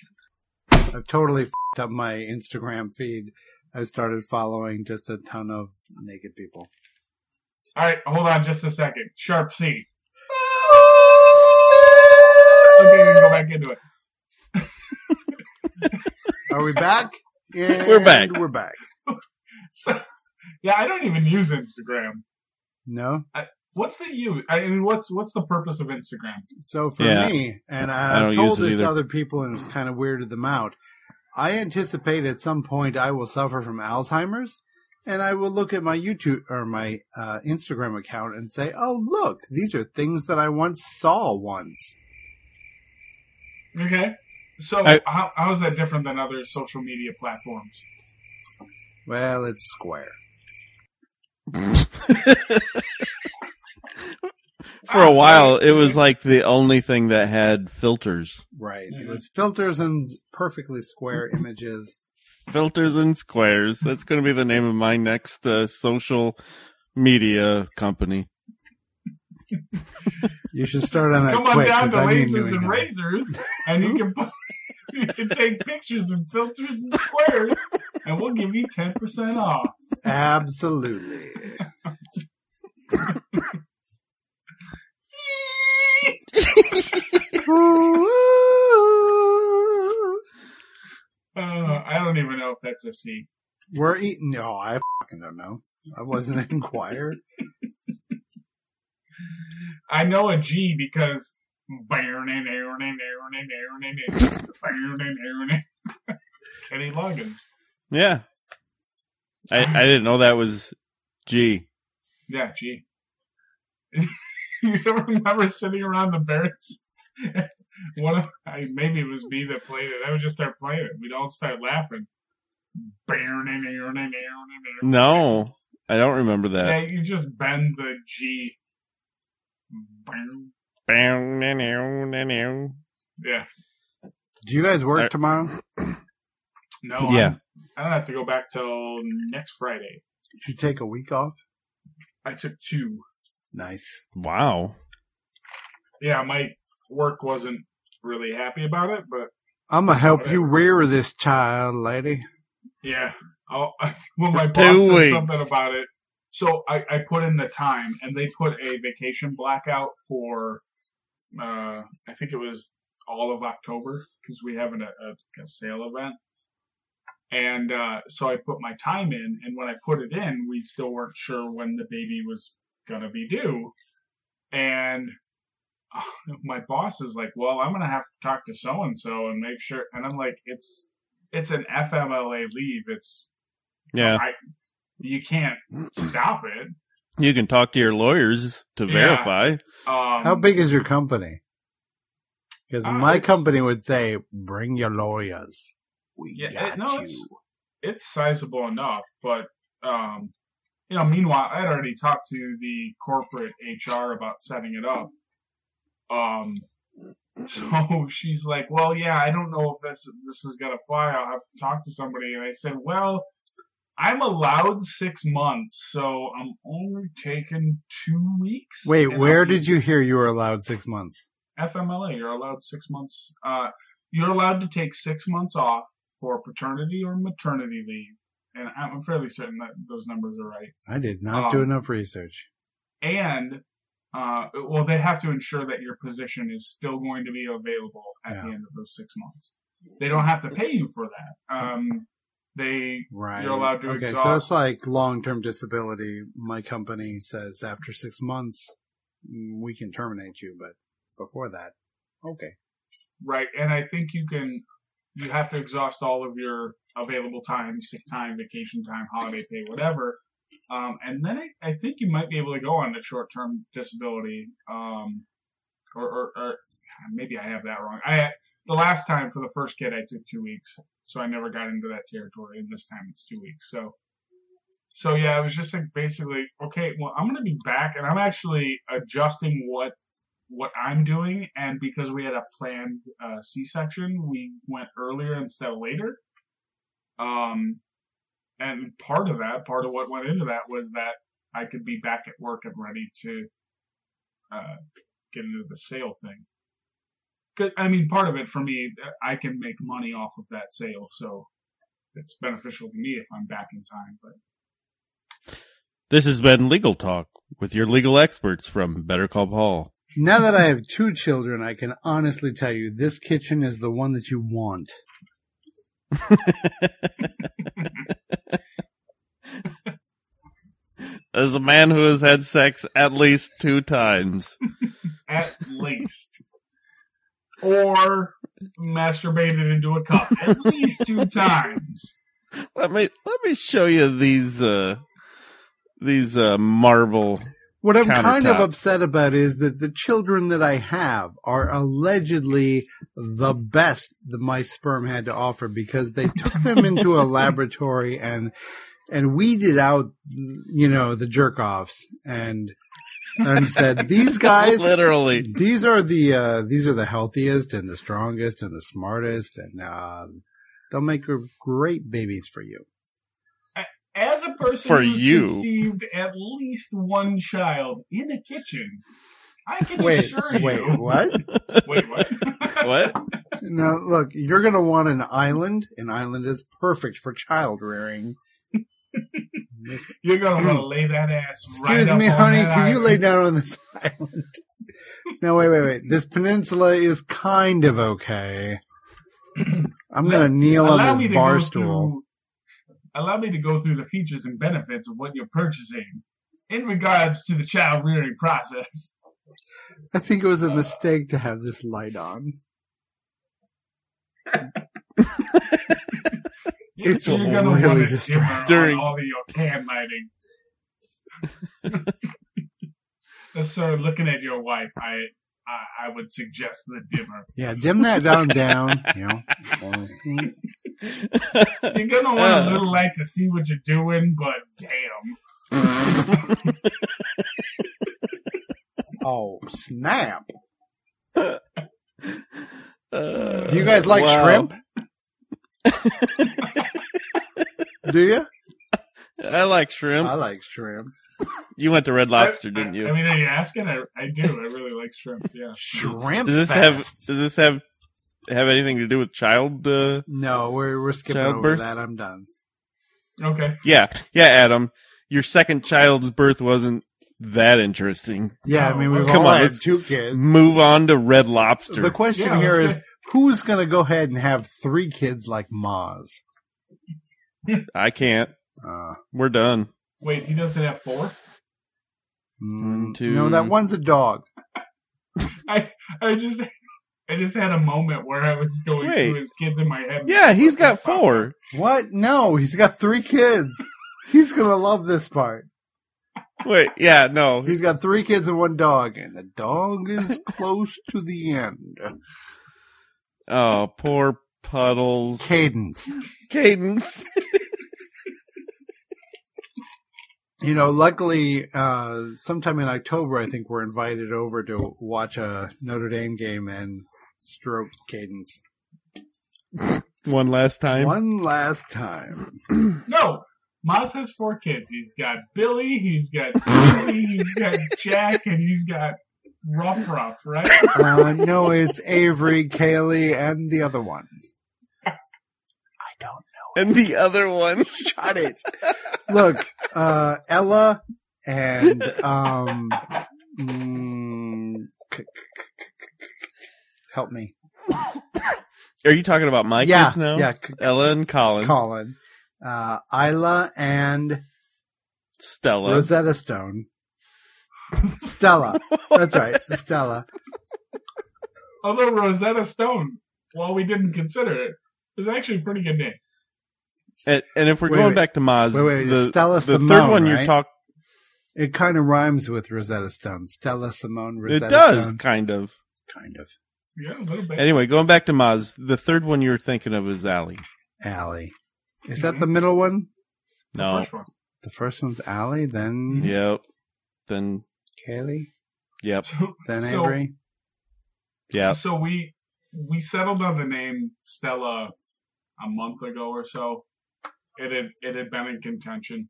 I've totally fed up my Instagram feed. I've started following just a ton of naked people. All right, hold on just a second. Sharp C. Okay, we can go back into it. <laughs> Are we back? And <laughs> We're back. We're back. So, yeah, I don't even use Instagram. No? What's the use? I mean, what's what's the purpose of Instagram? So for Yeah. me, and I I've don't told use it this either. to other people and it's kind of weirded them out. I anticipate at some point I will suffer from Alzheimer's and I will look at my YouTube or my uh, Instagram account and say, oh, look, these are things that I once saw once. Okay. So I- how how is that different than other social media platforms? Well, it's square. For a while, it was like the only thing that had filters, Right. It Mhm. was filters and perfectly <laughs> square images. filters and squares. That's going to be the name of my next uh, social media company. You should start on that Come on quick down because to I need new lasers and email. razors, and you can put, <laughs> you can take pictures and filters and squares, and we'll give you ten percent off. Absolutely. Uh, I don't even know if that's a C. We're eating. No, I fucking don't know. I wasn't <laughs> an inquirer. I know a G because. Kenny Loggins. Yeah. I, I didn't know that was G. Yeah, <laughs> G. you don't remember sitting around the barracks <laughs> One of, I, maybe it was me that played it. I would just start playing it. We'd all start laughing. No, I don't remember Yeah, that. you just bend the G. Yeah. Do you guys work I- tomorrow? No. I'm- Yeah. I don't have to go back till next Friday. Did you take a week off? I took two. Nice. Wow. Yeah, my work wasn't really happy about it, but I'm gonna help you rear this child, lady. yeah. I'll, <laughs> well, my For boss two said weeks. something about it. So I, I put in the time, and they put a vacation blackout for, uh, I think it was all of October because we have an, a, a sale event. And uh, so I put my time in, and when I put it in, we still weren't sure when the baby was gonna be due. And <laughs> uh, my boss is like, "Well, I'm gonna have to talk to so and so and make sure." And I'm like, "It's it's an FMLA leave. It's Yeah. I, you can't stop it." You can talk to your lawyers to Yeah. verify. Um, How big is your company? Because Uh, my it's- company would say, "Bring your lawyers. We Yeah, got it- no, you." it's it's sizable enough, but um, you know, meanwhile, I'd already talked to the corporate HR about setting it up. Um, so <laughs> she's like, "Well, yeah, I don't know if this this is gonna fly. I'll have to talk to somebody." And I said, "Well, I'm allowed six months, so I'm only taking two weeks." Wait, and I'll where be- did you hear you were allowed six months? FMLA? You're allowed six months. Uh, you're allowed to take six months off for paternity or maternity leave, and I'm fairly certain that those numbers are right. I did not do Um, enough research. And uh, well, they have to ensure that your position is still going to be available at the Yeah. end of those six months. They don't have to pay you for that. Um, they Right. allowed to okay, so exhaust- it's like long-term disability. My company says after six months mm, we can terminate you, but before that, okay. Right, and I think you can. You have to exhaust all of your available time, sick time, vacation time, holiday pay, whatever. Um, and then I, I think you might be able to go on to short-term disability, um, or, or, or maybe I have that wrong. I the last time for the first kid I took two weeks, so I never got into that territory. And this time it's two weeks, so so yeah, I was just like basically okay. Well, I'm gonna be back, and I'm actually adjusting what what I'm doing, and because we had a planned uh, C-section, we went earlier instead of later. Um, and part of that, part of what went into that was that I could be back at work and ready to uh, get into the sale thing. 'Cause, I mean, part of it for me, I can make money off of that sale, so it's beneficial to me if I'm back in time. But This has been Legal Talk with your legal experts from Better Call Paul. Now that I have two children, I can honestly tell you this kitchen is the one that you want. As a man who has had sex at least two times. at least. Or masturbated into a cup at least <laughs> two times. Let me let me show you these uh these uh marble What I'm kind of Countertops. upset about is that the children that I have are allegedly the best that my sperm had to offer because they took them into a laboratory and and weeded out you know the jerk offs and and said these <laughs> guys literally these are the uh, these are the healthiest and the strongest and the smartest and uh, they'll make great babies for you. As a person For who's you. conceived at least one child in a kitchen, I can Wait, assure wait, <laughs> you. what? Wait, what? what? Now, look, you're going to want an island. An island is perfect for child <laughs> rearing. Excuse You're gonna want to lay that ass right up Mm. me, on honey. that Can you island. lay down on this <laughs> island? no, wait, wait, wait. This peninsula is kind of okay. I'm going to kneel Allow on me this to bar go stool. Through, allow me to go through the features and benefits of what you're purchasing in regards to the child rearing process. I think it was a mistake to have this light on. It's really wanna distracting. shimmer on During- all of your can lighting. <laughs> uh, Sir, looking at your wife, I I, I would suggest the <laughs> dimmer. Yeah, dim that down, <laughs> down. You know, You're gonna want Uh. a little light to see what you're doing, but damn. <laughs> oh snap! Uh, <laughs> Do you guys like wow. shrimp? Do you? I like shrimp. I like shrimp. You went to Red Lobster, didn't I, I you? mean, are you asking? I, I do. I really like shrimp. Yeah. Shrimp. Does this have fest. does this have have anything to do with child? Uh, No, we're we're skipping over Childbirth? that. I'm done. Okay. yeah, yeah, Adam, your second child's birth wasn't that interesting. Yeah, I mean we've Come all on, had let's- two kids. Move on to Red Lobster. The question Yeah, here let's is who's going to go ahead and have three kids like Maz? I can't. Uh, We're done. Wait, he doesn't have four? mm, two. No, that one's a dog. I just, <laughs> I just had a moment where I was going Wait. through his kids in my head. Yeah, he's got four. What? No, he's got three kids. <laughs> He's going to love this part. Wait, yeah, no, He's got three kids and one dog, and the dog <laughs> is close to the end. Oh, poor puddles. Cadence. Cadence. You know, luckily, uh, sometime in October, I think we're invited over to watch a Notre Dame game and stroke Cadence <laughs> One last time. one last <laughs> time. No, Maz has four kids. He's got Billy. He's got Susie. he's got Jack, and he's got Ruff Ruff. Right? Uh, no, it's Avery, Kaylee, and the other one. I don't And the other one. Shut it. Look, uh, Ella and um, mm, c- c- c- c- help me. <laughs> Are you talking about my yeah, kids now? yeah, c- Ella and Colin. Colin, uh, Isla and Stella. Rosetta Stone, Stella. That's <laughs> right, Stella. Although Rosetta Stone, while we didn't consider it, is actually a pretty good name. and, and if we're Wait, going wait. back to Maz, Wait, wait, the, Stella the Simone. third one right? you talked, It kind of rhymes with Rosetta Stone. Stella Simone. Rosetta it does Stone. kind of. kind of. Yeah, a little bit. Anyway, going back to Maz, the third one you were thinking of is Allie. Allie. Is that the middle one? It's the No. first one. The first one's Allie, then Yep. Then, Kaylee, yep, So, then So- Avery. yep. so we we settled on the name Stella a month ago or so. It had it had been in contention,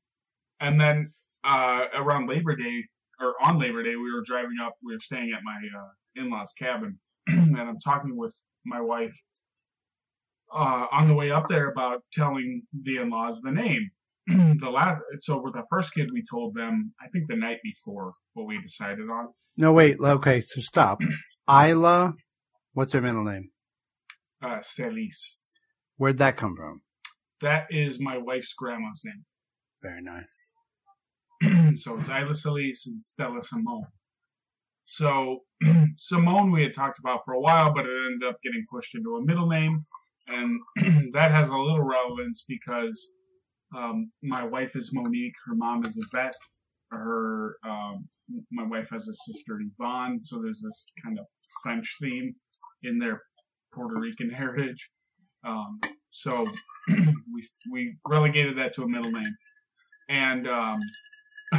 and then uh, around Labor Day or on Labor Day, we were driving up. We were staying at my uh, in laws' cabin, <clears throat> and I'm talking with my wife uh, on the way up there about telling the in laws the name. <clears throat> the last so with the first kid we told them I think the night before what we decided on. No, wait. Okay, so stop. Isla, what's her middle name? Uh, Celise. Where'd that come from? That is my wife's grandma's name. Very nice. <clears throat> so it's Isla Solis and Stella Simone. So <clears throat> Simone we had talked about for a while, but it ended up getting pushed into a middle name. And <clears throat> that has a little relevance because um, my wife is Monique, her mom is Yvette, her um, my wife has a sister Yvonne, so there's this kind of French theme in their Puerto Rican <laughs> heritage. Um, so <clears throat> we we relegated that to a middle name, and um,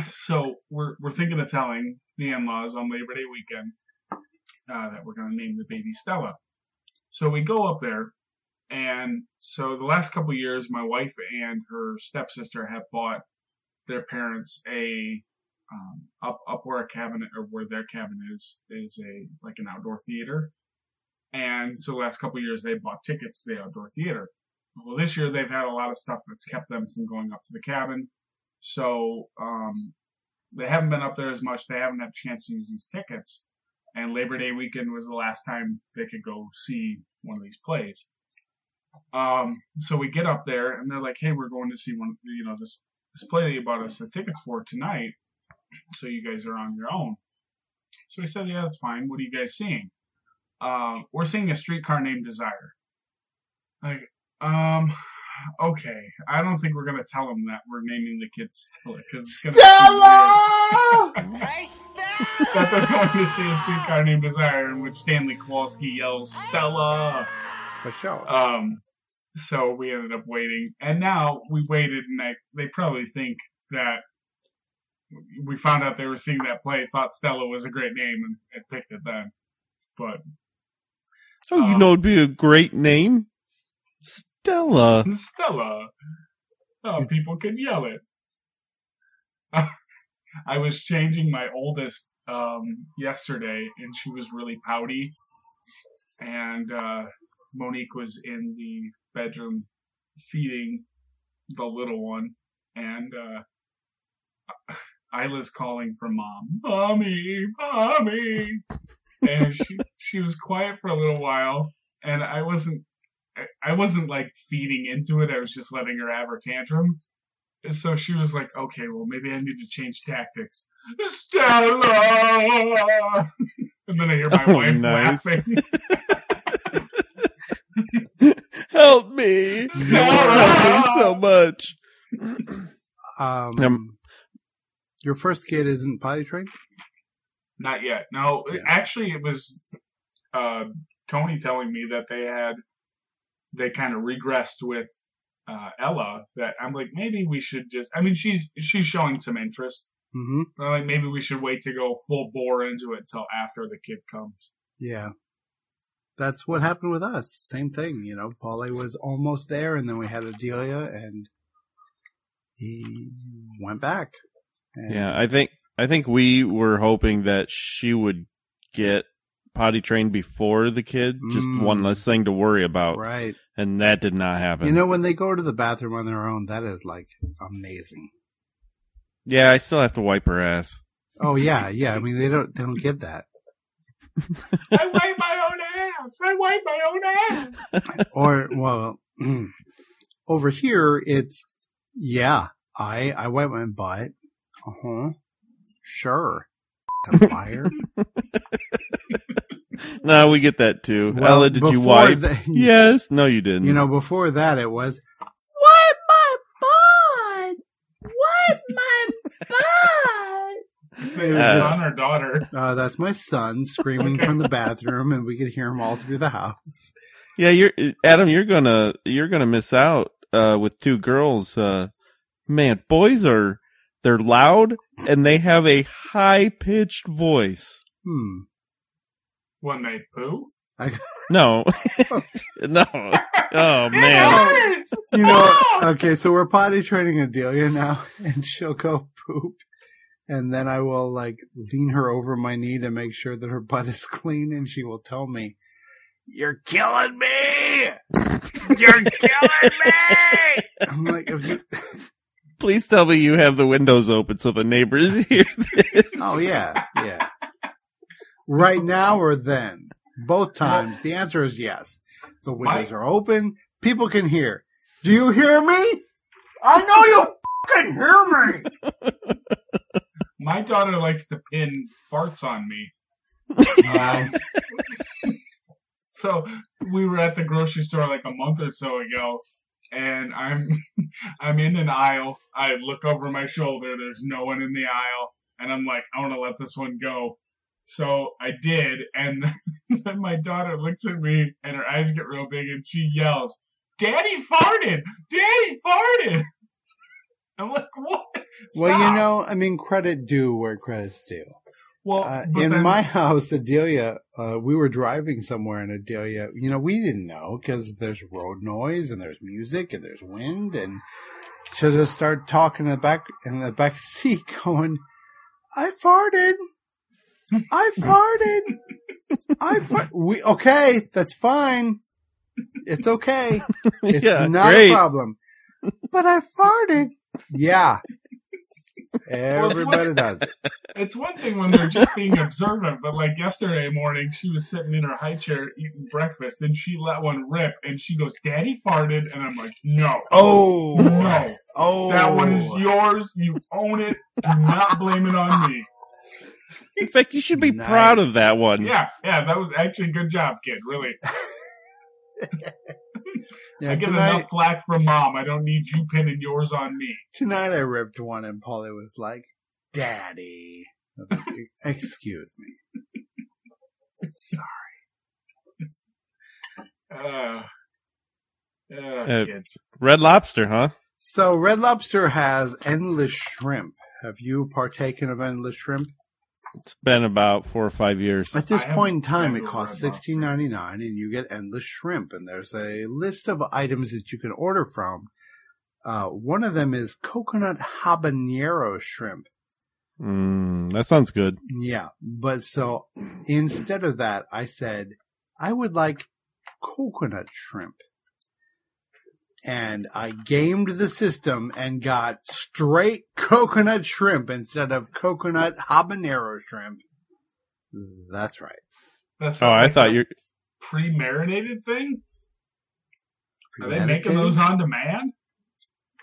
so we're we're thinking of telling the in-laws on Labor Day weekend uh, that we're going to name the baby Stella. So we go up there, and so the last couple of years, my wife and her stepsister have bought their parents a um, up up where a cabin or where their cabin is is a like an outdoor theater, and so the last couple of years they bought tickets to the outdoor theater. Well, this year they've had a lot of stuff that's kept them from going up to the cabin. So um, they haven't been up there as much. They haven't had a chance to use these tickets. And Labor Day weekend was the last time they could go see one of these plays. Um, so we get up there and they're like, "Hey, we're going to see one. You know, this this play that you bought us the tickets for tonight. So you guys are on your own." So we said, "Yeah, that's fine. What are you guys seeing?" Uh, we're seeing a streetcar named Desire. Like, um, okay. I don't think we're gonna tell them that we're naming the kid Stella because it's gonna be weird. Stella! That's us going to CSP Carne Bazaar, in which Stanley Kowalski yells, Stella! For sure. Um, so we ended up waiting, and now we waited, and I, they probably think that we found out they were seeing that play, thought Stella was a great name, and, and picked it then. But Oh, you Um, know, it'd be a great name, Stella. <laughs> Stella, oh, people could yell it. <laughs> I was changing my oldest um, yesterday, and she was really pouty, and uh, Monique was in the bedroom feeding the little one, and uh, <laughs> Isla's calling for mom, mommy, mommy, and she she was quiet for a little while, and I wasn't I- I wasn't like feeding into it. I was just letting her have her tantrum. And so she was like, "Okay, well maybe I need to change tactics." Stella, <laughs> and then I hear my Oh, wife nice. laughing. Help me! <laughs> Help me so much. Um, Um, your first kid isn't potty trained? Not yet. No, it- actually, it was uh, Tony telling me that they had they kind of regressed with uh, Ella. That I'm like, maybe we should just. I mean, she's she's showing some interest. Mm-hmm. But I'm like, maybe we should wait to go full bore into it till after the kid comes. Yeah. That's what happened with us. Same thing, you know. Paulie was almost there, and then we had Adelia, and he went back. And Yeah, I think I think we were hoping that she would get potty trained before the kid, just Mm. one less thing to worry about, right. and that did not happen. You know, when they go to the bathroom on their own, that is like amazing. yeah, I still have to wipe her ass. Oh yeah, yeah. I mean, they don't they don't get that. I wipe my own ass. I wipe my own ass. Or well, <clears throat> mm. over here it's yeah. I I wipe my butt. Uh huh. Sure. <laughs> F***ing Liar. No, we get that too. Well, Ella, did you before wipe? the- <laughs> yes. No, you didn't. You know, before that it was What my butt? What my butt? <laughs> Say her Yes. son or daughter. uh, that's my son screaming from the bathroom, and we could hear him all through the house. Yeah, you're Adam. You're gonna you're gonna miss out uh, with two girls. Uh, man, boys are they're loud and they have a high pitched voice. Hmm. When they poo. <laughs> No, <laughs> no. Oh man, It hurts. You know, okay, so we're potty training Adelia now, <laughs> and she'll go poop, and then I will like lean her over my knee to make sure that her butt is <laughs> clean, and she will tell me, You're killing me! You're killing me! "I'm like, if you- please tell me you have the windows open so the neighbors <laughs> hear this. oh yeah, yeah, <laughs> right now or then, both times." The answer is yes. The windows are open; people can hear. Do you hear me? I know <laughs> you fucking hear me! My daughter likes to pin farts on me. Nice. So we were at the grocery store like a month or so ago, and I'm <laughs> I'm in an aisle. I look over my shoulder. There's no one in the aisle, and I'm like, I want to let this one go. So I did, and <laughs> then my daughter looks at me, and her eyes get real big, and she yells, "Daddy farted! Daddy farted!" <laughs> I'm like, what? Well, you Stop." know, I mean, credit due where credit's due. Well, Uh, but in then- my <laughs> house, Adelia, uh, we were driving somewhere, and Adelia, you know, we didn't know because there's road noise and there's music and there's wind, and she'll just start talking in the back in the back seat, <laughs> going, "I farted, I farted, I fart." We okay, that's fine. It's okay. It's yeah, not great. a problem. But I farted. Yeah. Everybody does it. It's one thing when they're just being observant, but like yesterday morning, she was sitting in her high chair eating breakfast, and she let one rip, and she goes, "Daddy farted," and I'm like, "No, Oh, no, oh, that one is yours. You own it. Do not blame it on me." In fact, you should be Nice. proud of that one. Yeah, yeah, that was actually a good job, kid. Really, Yeah, I get tonight, enough flack from mom. I don't need you pinning yours on me. tonight I ripped one, and Polly was like, "Daddy." I was like, "E-, excuse me. <laughs> Uh, uh, Uh, kids. Red Lobster, huh? So Red Lobster has endless shrimp. Have you partaken of endless shrimp? It's been about four or five years. At this I point in time, it haven't had costs Red Lobster. sixteen ninety nine, and you get endless shrimp. And there's a list of items that you can order from. Uh, one of them is coconut habanero shrimp. Mm, that sounds good. Yeah, but so instead of that, I said I would like coconut shrimp, and I gamed the system and got straight <laughs> coconut shrimp instead of coconut habanero shrimp. That's right. That's Oh, not I like thought a you're. pre-marinated thing. Are they making those on demand?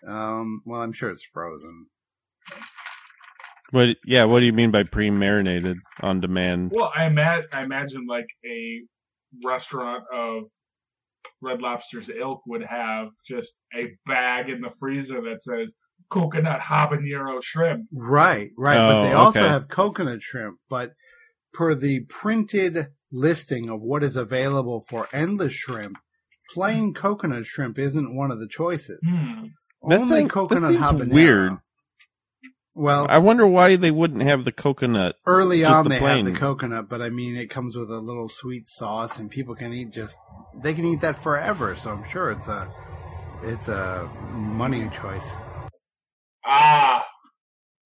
Um, well, I'm sure it's frozen. What? Yeah. What do you mean by pre-marinated on demand? Well, I, ima- I imagine like a restaurant of Red Lobster's ilk would have just a bag in the freezer that says coconut habanero shrimp. Right, right. but Oh, they also okay. have coconut shrimp. But per the printed listing of what is available for endless shrimp, plain coconut shrimp isn't one of the choices. Hmm. That Only seem- that coconut seems habanero. weird. Well, I wonder why they wouldn't have the coconut. early just on the they had plain. the coconut, but I mean it comes with a little sweet sauce, and people can eat just they can eat that forever. So I'm sure it's a it's a money choice. Ah.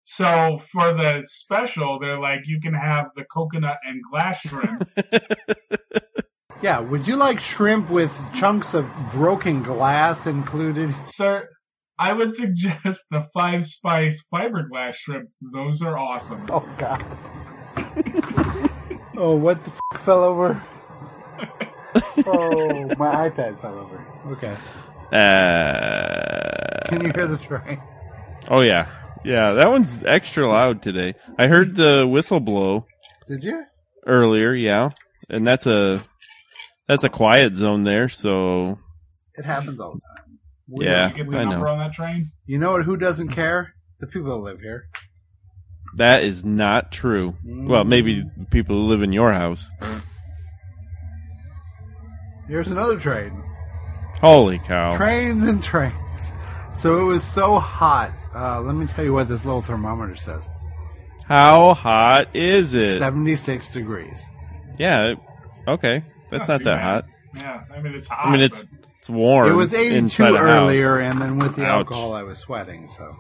So for the special, they're like, you can have the coconut and glass <laughs> shrimp. Yeah, would you like shrimp with chunks of broken glass included? Sir, I would suggest the five spice fiberglass shrimp. Those are awesome. Oh god. oh, what the f- fell over? Oh, my iPad fell over. Okay. Uh, Can you hear the train? oh yeah, yeah. That one's extra loud today. I heard the whistle blow Did you? earlier. Yeah, and that's a that's a quiet zone there. So It happens all the time. We- Yeah, Did you get the I number know. on that train? You know what? Who doesn't care? The people that live here. that is not true. Well, maybe people who live in your house. Here's another train. Holy cow! Trains and trains. So it was so hot. Uh, let me tell you what this little thermometer says. How hot is it? 76 degrees. Yeah. it- Okay. That's not not, too that bad. hot. Yeah, I mean it's hot. I mean, it's but- it's warm. It was 82 inside a house. earlier, and then with the Ouch. alcohol, I was sweating, so.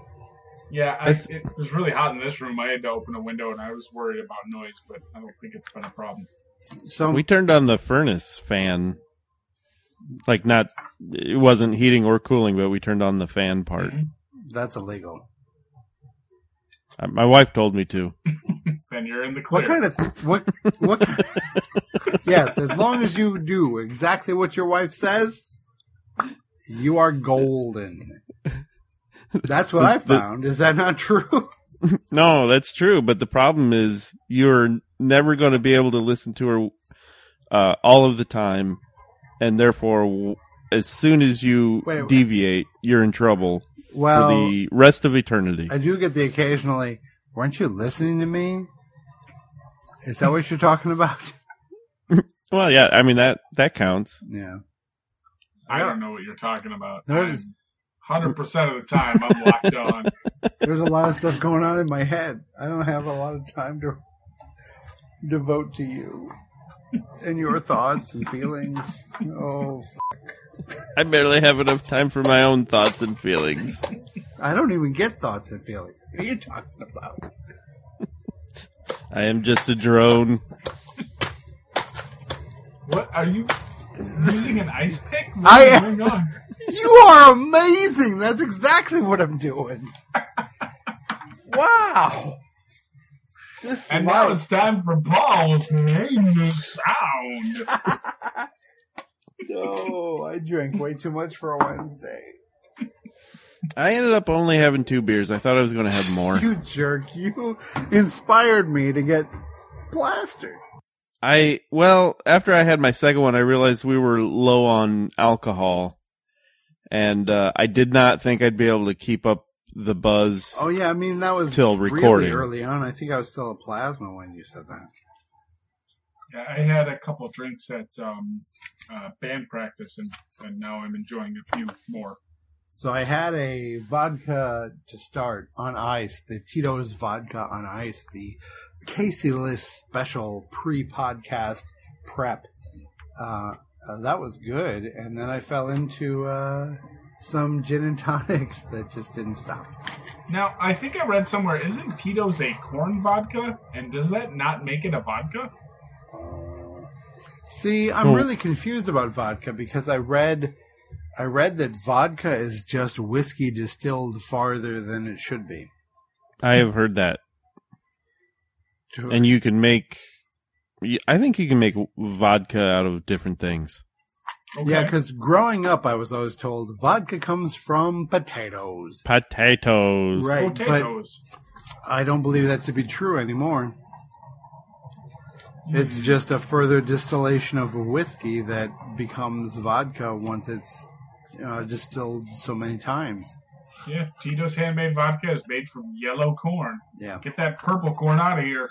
yeah, I, it's- it was really hot in this room. I had to open a window, and I was worried about noise, but I don't think it's been a problem. So We turned on the furnace fan. Like not, it wasn't heating or cooling, but we turned on the fan part. Mm-hmm. Mhm. that's illegal. Uh, My wife told me to. Then you're in the clear. What kind of what what? <laughs> yes, as long as you do exactly what your wife says, you are golden. That's what I found. Is that not true? No, that's true. But the problem is, you're never going to be able to listen to her uh, all of the time, and therefore, w- as soon as you Wait, wait. deviate, you're in trouble Well, for the rest of eternity. I do get the occasionally. Weren't you listening to me? Is that what you're talking about? <laughs> Well, yeah, I mean that that counts. Yeah. I don't know what you're talking about. There's- Hundred percent of the time, I'm locked on. There's a lot of stuff going on in my head. I don't have a lot of time to devote to you and your thoughts and feelings. Oh, I barely have enough time for my own thoughts and feelings. I don't even get thoughts and feelings. What are you talking about? I am just a drone. What are you using an ice pick? What's I am- going on? You are amazing. That's exactly what I'm doing. wow. This And now life. it's time for Paul's name is sound. <laughs> Oh, I drank way too much for a Wednesday. I ended up only having two beers. I thought I was going to have more. You jerk. You inspired me to get plastered. I well, after I had my second one, I realized we were low on alcohol, and uh, I did not think I'd be able to keep up the buzz Oh yeah, I mean that was till really recording. early on. I think I was still a plasma when you said that. Yeah, I had a couple drinks at um, uh, band practice, and, and now I'm enjoying a few more. So I had a vodka to start on ice, the Tito's vodka on ice, the Casey List special pre-podcast prep. Uh, uh, that was good, and then I fell into uh, some gin and <laughs> tonics that just didn't stop. Now, I think I read somewhere, isn't Tito's a corn vodka? And does that not make it a vodka? See, I'm Well- really confused about vodka because I read, I read that vodka is just whiskey distilled farther than it should be. I have heard that, To- and you can make. you- I think you can make vodka out of different things. Okay. Yeah, because growing up, I was always told vodka comes from potatoes. Potatoes. Right, but potatoes. I don't believe that to be true anymore. It's Hmm. just a further distillation of whiskey that becomes vodka once it's uh, distilled so many times. Yeah, Tito's handmade vodka is made from yellow corn. Yeah. Get that purple corn out of here.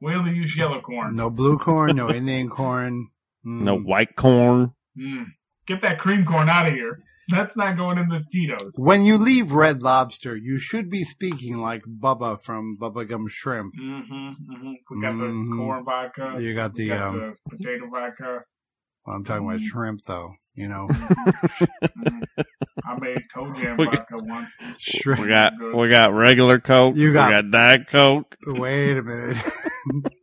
We only use yellow corn. No blue corn, <laughs> no Indian corn. Mm. No white corn. Mm. Get that cream corn out of here. That's not going in this Tito's. When you leave Red Lobster, you should be speaking like Bubba from Bubba Gum Shrimp. Mm-hmm, mm-hmm. We got Mhm. the corn vodka. You got we the, got um, the potato vodka. well, I'm talking about shrimp though, you know. Mm. I made toe jam We got- vodka once. Shrimp. We got we got regular coke. You got- we got diet coke. Wait a minute.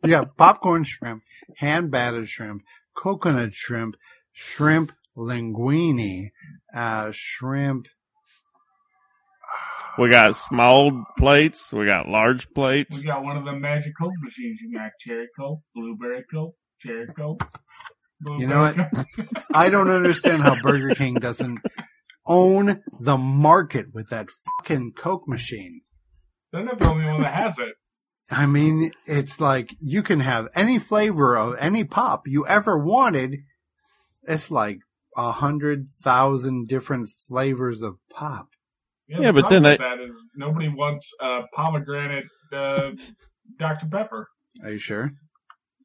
you got popcorn shrimp, hand battered shrimp, coconut shrimp, shrimp linguine, uh, shrimp. We got small plates. We got large We plates. got one of the magic Coke machines. You got cherry Coke, blueberry Coke, cherry Coke. You know what? I don't understand how Burger King doesn't own the market with that fucking Coke machine. <laughs> They're not the only one that has it. I mean, it's like you can have any flavor of any pop you ever wanted. It's like a hundred thousand different flavors of pop. Yeah, the but then problem I- with that is nobody wants uh, pomegranate uh, Dr Pepper. Uh, Are you sure?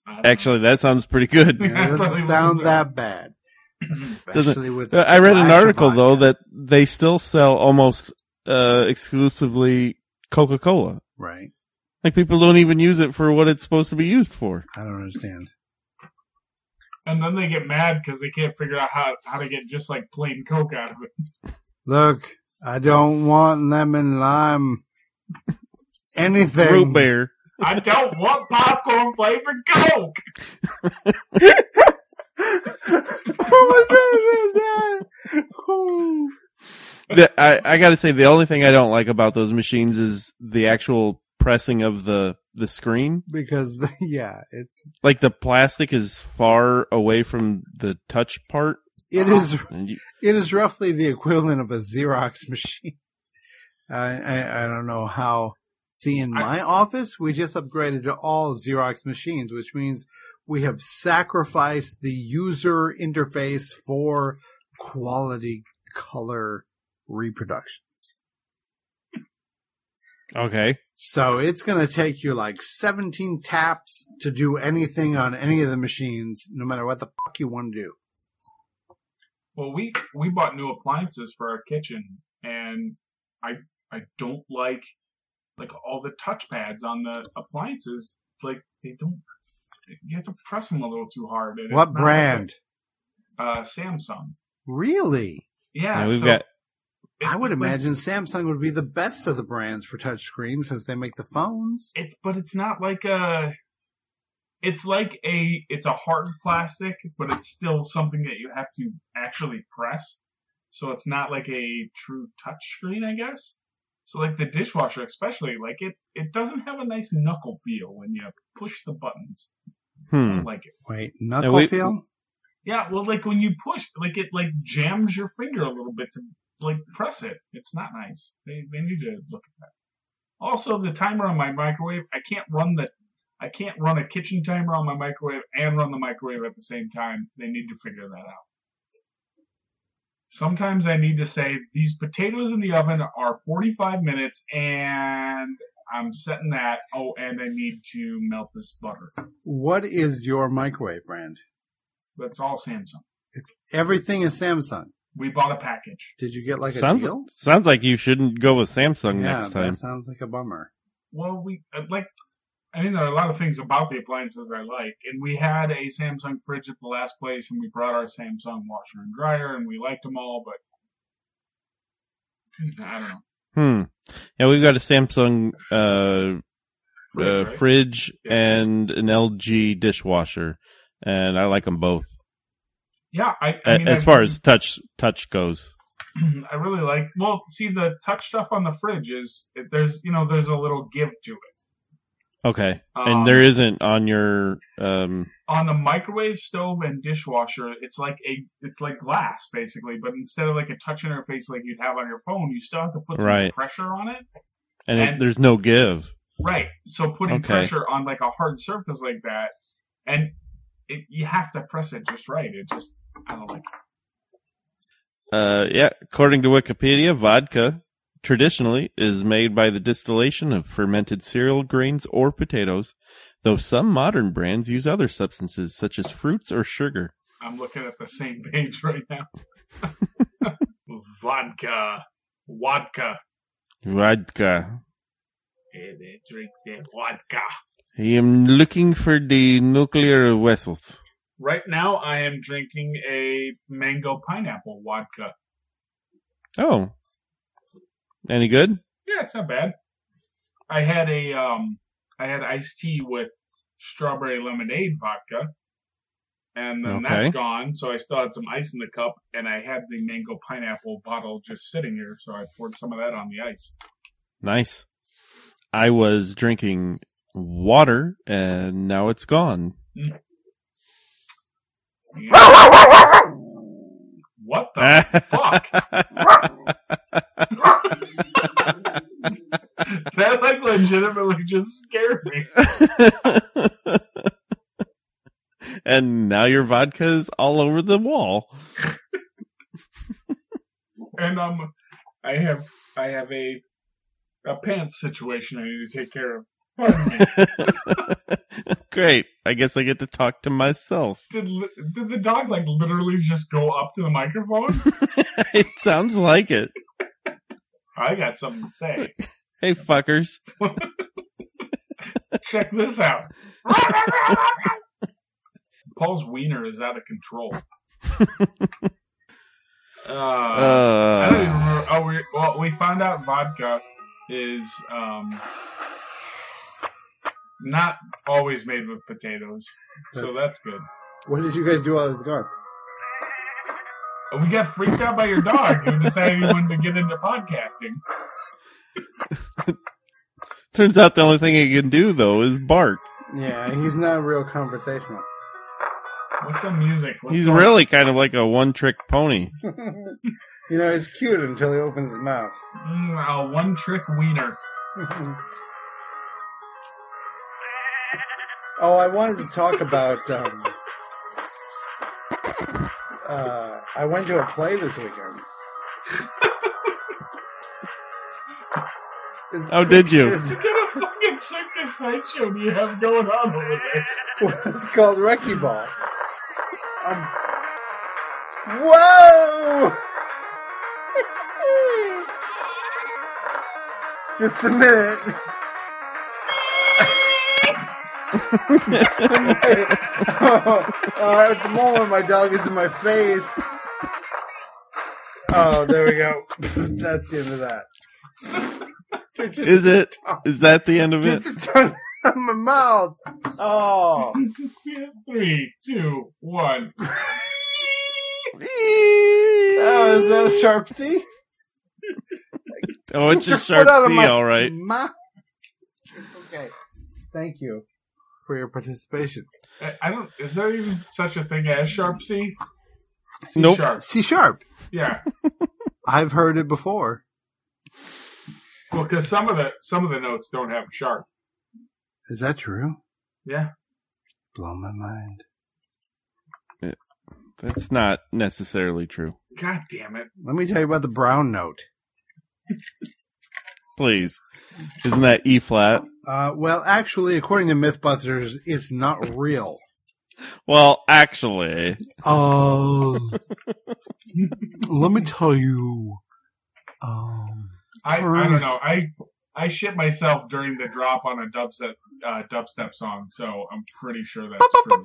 I don't know. Actually, that sounds pretty <laughs> good. Yeah, it Probably doesn't sound wasn't that bad. Especially with Uh, I read an splash of article though vodka. that they still sell almost uh, exclusively Coca Cola. right. Like people don't even use it for what it's supposed to be used for. I don't understand. and then they get mad because they can't figure out how how to get just like plain Coke out of it. Look, I don't want lemon lime. Anything. <laughs> Root beer. I don't want popcorn flavored Coke. oh my god! Oh. The- I, I gotta say, the only thing I don't like about those machines is the actual pressing of the the screen. <laughs> Because <laughs> yeah, it's Like the plastic is far away from the touch part. it Uh-huh. is <laughs> And you- it is roughly the equivalent of a Xerox <laughs> machine. I I, I don't know how. See, in I- my office, we just upgraded to all Xerox machines, which means we have sacrificed the user interface for quality color reproduction. okay. So it's going to take you like 17 taps to do anything on any of the machines, no matter what the fuck you want to do. Well, we we bought new appliances for our kitchen, and I I don't like like all the touch pads on the appliances. Like they don't, you have to press them a little too hard. and it's what not- brand? Uh, Samsung. Really? Yeah, Yeah, we've so got- it- I would like, imagine Samsung would be the best of the brands for touchscreens since they make the phones. it's but it's not like a. It's like a it's a hard plastic, but it's still something that you have to actually press. So it's not like a true touch screen, I guess. So like the dishwasher, especially like it it doesn't have a nice knuckle feel when you push the buttons. I Hmm. don't like it. Wait, No, knuckle we- feel? Yeah, well, like when you push, like it like jams your finger a little bit to like press it. It's not nice. They they need to look at that. Also, the timer on my microwave, I can't run the, I can't run a kitchen timer on my microwave and run the microwave at the same time. They need to figure that out. Sometimes I need to say these potatoes in the oven are 45 minutes, and I'm setting that. Oh, and I need to melt this butter. What is your microwave brand? That's all Samsung. It's everything is Samsung. We bought a package. Did you get like sounds a deal? sounds like you shouldn't go with Samsung yeah, next that time. sounds like a bummer. Well, we uh, like. I mean, there are a lot of things about the appliances I like, and we had a Samsung fridge at the last place, and we brought our Samsung washer and dryer, and we liked them all, but I don't know. Hmm. Yeah, we've got a Samsung uh, Fridge, uh, right? fridge Yeah. and an LG dishwasher, and I like them both Yeah, I, A- I mean, as I- far as touch touch goes. <clears throat> I really like. Well, see, the touch stuff on the fridge is there's you know there's a little give to it. Okay, Um, and there isn't on your um. on the microwave stove and dishwasher, it's like a it's like glass basically, but instead of like a touch interface like you'd have on your phone, you still have to put some Right. pressure on it. And, it, And- there's no give. Right. So putting Okay. pressure on like a hard surface like that, and it, you have to press it just right. It just I don't like. it. Uh, yeah. According to Wikipedia, vodka traditionally is made by the distillation of fermented cereal grains or potatoes, though some modern brands use other substances such as fruits or sugar. I'm looking at the same <laughs> page right now. Vodka, vodka. Vodka. Eh, they drink the vodka. I am looking for the nuclear vessels. Right now, I am drinking a mango pineapple vodka. Oh. Any good? Yeah, it's not bad. I had a um, I had iced tea with strawberry lemonade vodka, and then Okay. that's gone. So I still had some ice in the cup, and I had the mango pineapple bottle just sitting here. So I poured some of that on the ice. Nice. I was drinking water and now it's gone. Yeah. What the fuck? <laughs> that like legitimately just scared me. <laughs> and now your vodka is all over the wall. <laughs> and um, I have I have a a pants situation I need to take care of. Pardon me. Great. I guess I get to talk to myself. <laughs> did li- did the dog like literally just go up to the microphone? it sounds like it. I got something to say. Hey, fuckers. Check this out. <laughs> Paul's wiener is out of control. uh, I don't even Uh, remember. Oh, we, well, we found out vodka is um, not always made with potatoes, so that's good. What did you guys do while I was gone? We got freaked out by your dog who decided he wanted to get into podcasting. turns out the only thing it can do, though, is bark. Yeah, he's not real conversational. What's the music? What's He's going- really kind of like a one trick pony. you know, he's cute until he opens his mouth. Mm, a one trick wiener. <laughs> <laughs> oh, I wanted to talk about. Um, uh, I went to a play this weekend. It's- Oh, did you? It's, Look at a fucking circus sideshow you have going on over there. <laughs> it's called Wrecking Ball. Um, whoa! <laughs> Just a <laughs> minute. oh, at the moment, my dog is in my face. Oh, there we go. <laughs> That's the end of that. Get your- Is <laughs> it? Is that the end of it? Oh. Get your tongue out of my mouth. Oh. <laughs> Three, two, one. Oh, is that a sharp C? <laughs> Oh, it's Get a your sharp foot out of C, my all right. mouth. Okay. Thank you for your participation. I- I don't. Is there even such a thing as sharp C? C Nope. Sharp. C sharp. Yeah. I've heard it before. Well, because some of the some of the notes don't have sharp. Is that true? Yeah. Blow my mind. That's not necessarily true. God damn it. Let me tell you about the brown note. Please. Isn't that E flat? Uh, well, actually, according to MythBusters, it's not real. Well, actually, <laughs> Oh, <laughs> let me tell you. Um, I, I don't know. I I shit myself during the drop on a dubstep uh, dubstep song, so I'm pretty sure that's true.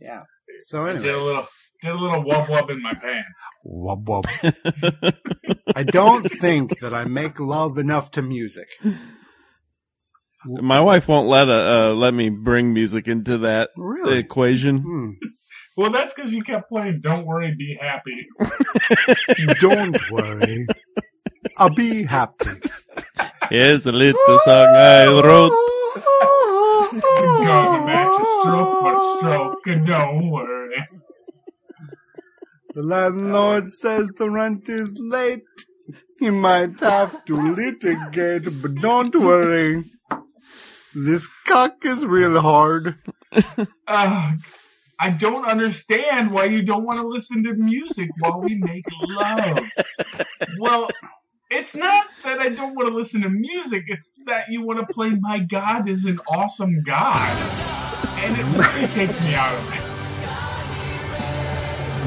yeah. So I did a anyway, little did a little wub wub in my pants. I don't think that I make love enough to music. <laughs> my wife won't let uh, uh, let me bring music into that Really? <laughs> equation. Hmm. Well, that's because you kept playing "Don't Worry, Be Happy." Don't worry, I'll be happy. Here's a little song I wrote. Good God, match a stroke for stroke. and Don't worry. The landlord says the rent is late. He might have to litigate, but don't worry. This cock is real hard. Ugh. I don't understand why you don't want to listen to music while we make love. Well, it's not that I don't want to listen to music, it's that you want to play My God is an Awesome God. And it really takes me out of it.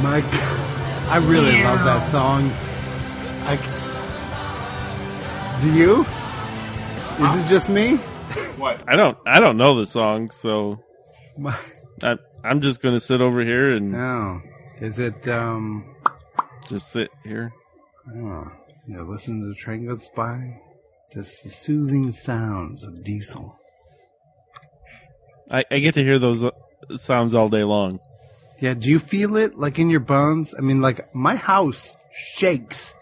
My God. I really Yeah. love that song. I c- Do you? Is it just me? What? I don't I don't know the song, so My- I, I'm just gonna sit over here and No. Is it, um. just sit here. Oh, you know, listen to the train goes by? Just the soothing sounds of diesel. I, I get to hear those uh, sounds all day long. Yeah, do you feel it like in your bones? I mean, like my house shakes,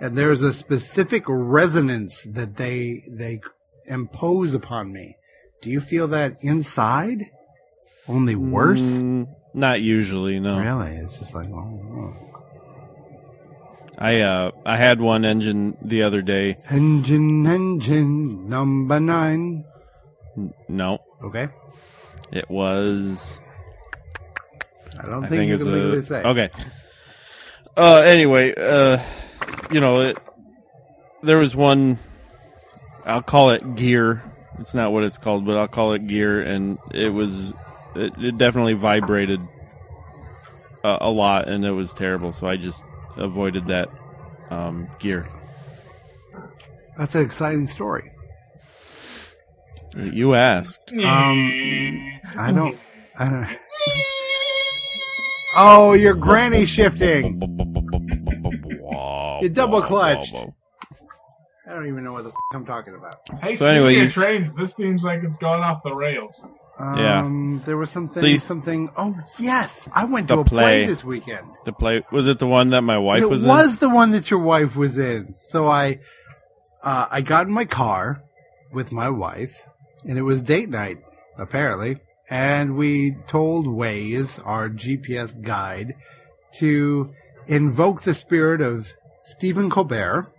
and there's a specific resonance that they they impose upon me. Do you feel that inside? Only worse. Mm, not usually, no. Really, it's just like oh, oh. I uh I had one engine the other day. engine, engine number nine. No, Okay, it was I don't I think, think you it's can a legally say. okay. Uh, anyway, uh, you know, it, there was one. I'll call it gear. It's not what it's called, but I'll call it gear, and it was it, it definitely vibrated uh, a lot, and it was terrible. So I just avoided that um, gear. That's an exciting story. You asked. Um, I don't. I don't. <laughs> Oh, your granny shifting. You double clutched. I don't even know what the f- I'm talking about. hey, so anyway, speaking of you- trains, this seems like it's gone off the rails. Yeah. Um, There was something. So you- something. Oh yes, I went The to a play. play. this weekend. The play was it the one that my wife it was was, in? the one that your wife was in. So I, uh, I got in my car with my wife, and it was date night apparently. And we told Waze, our GPS guide, to invoke the spirit of Stephen Colbert.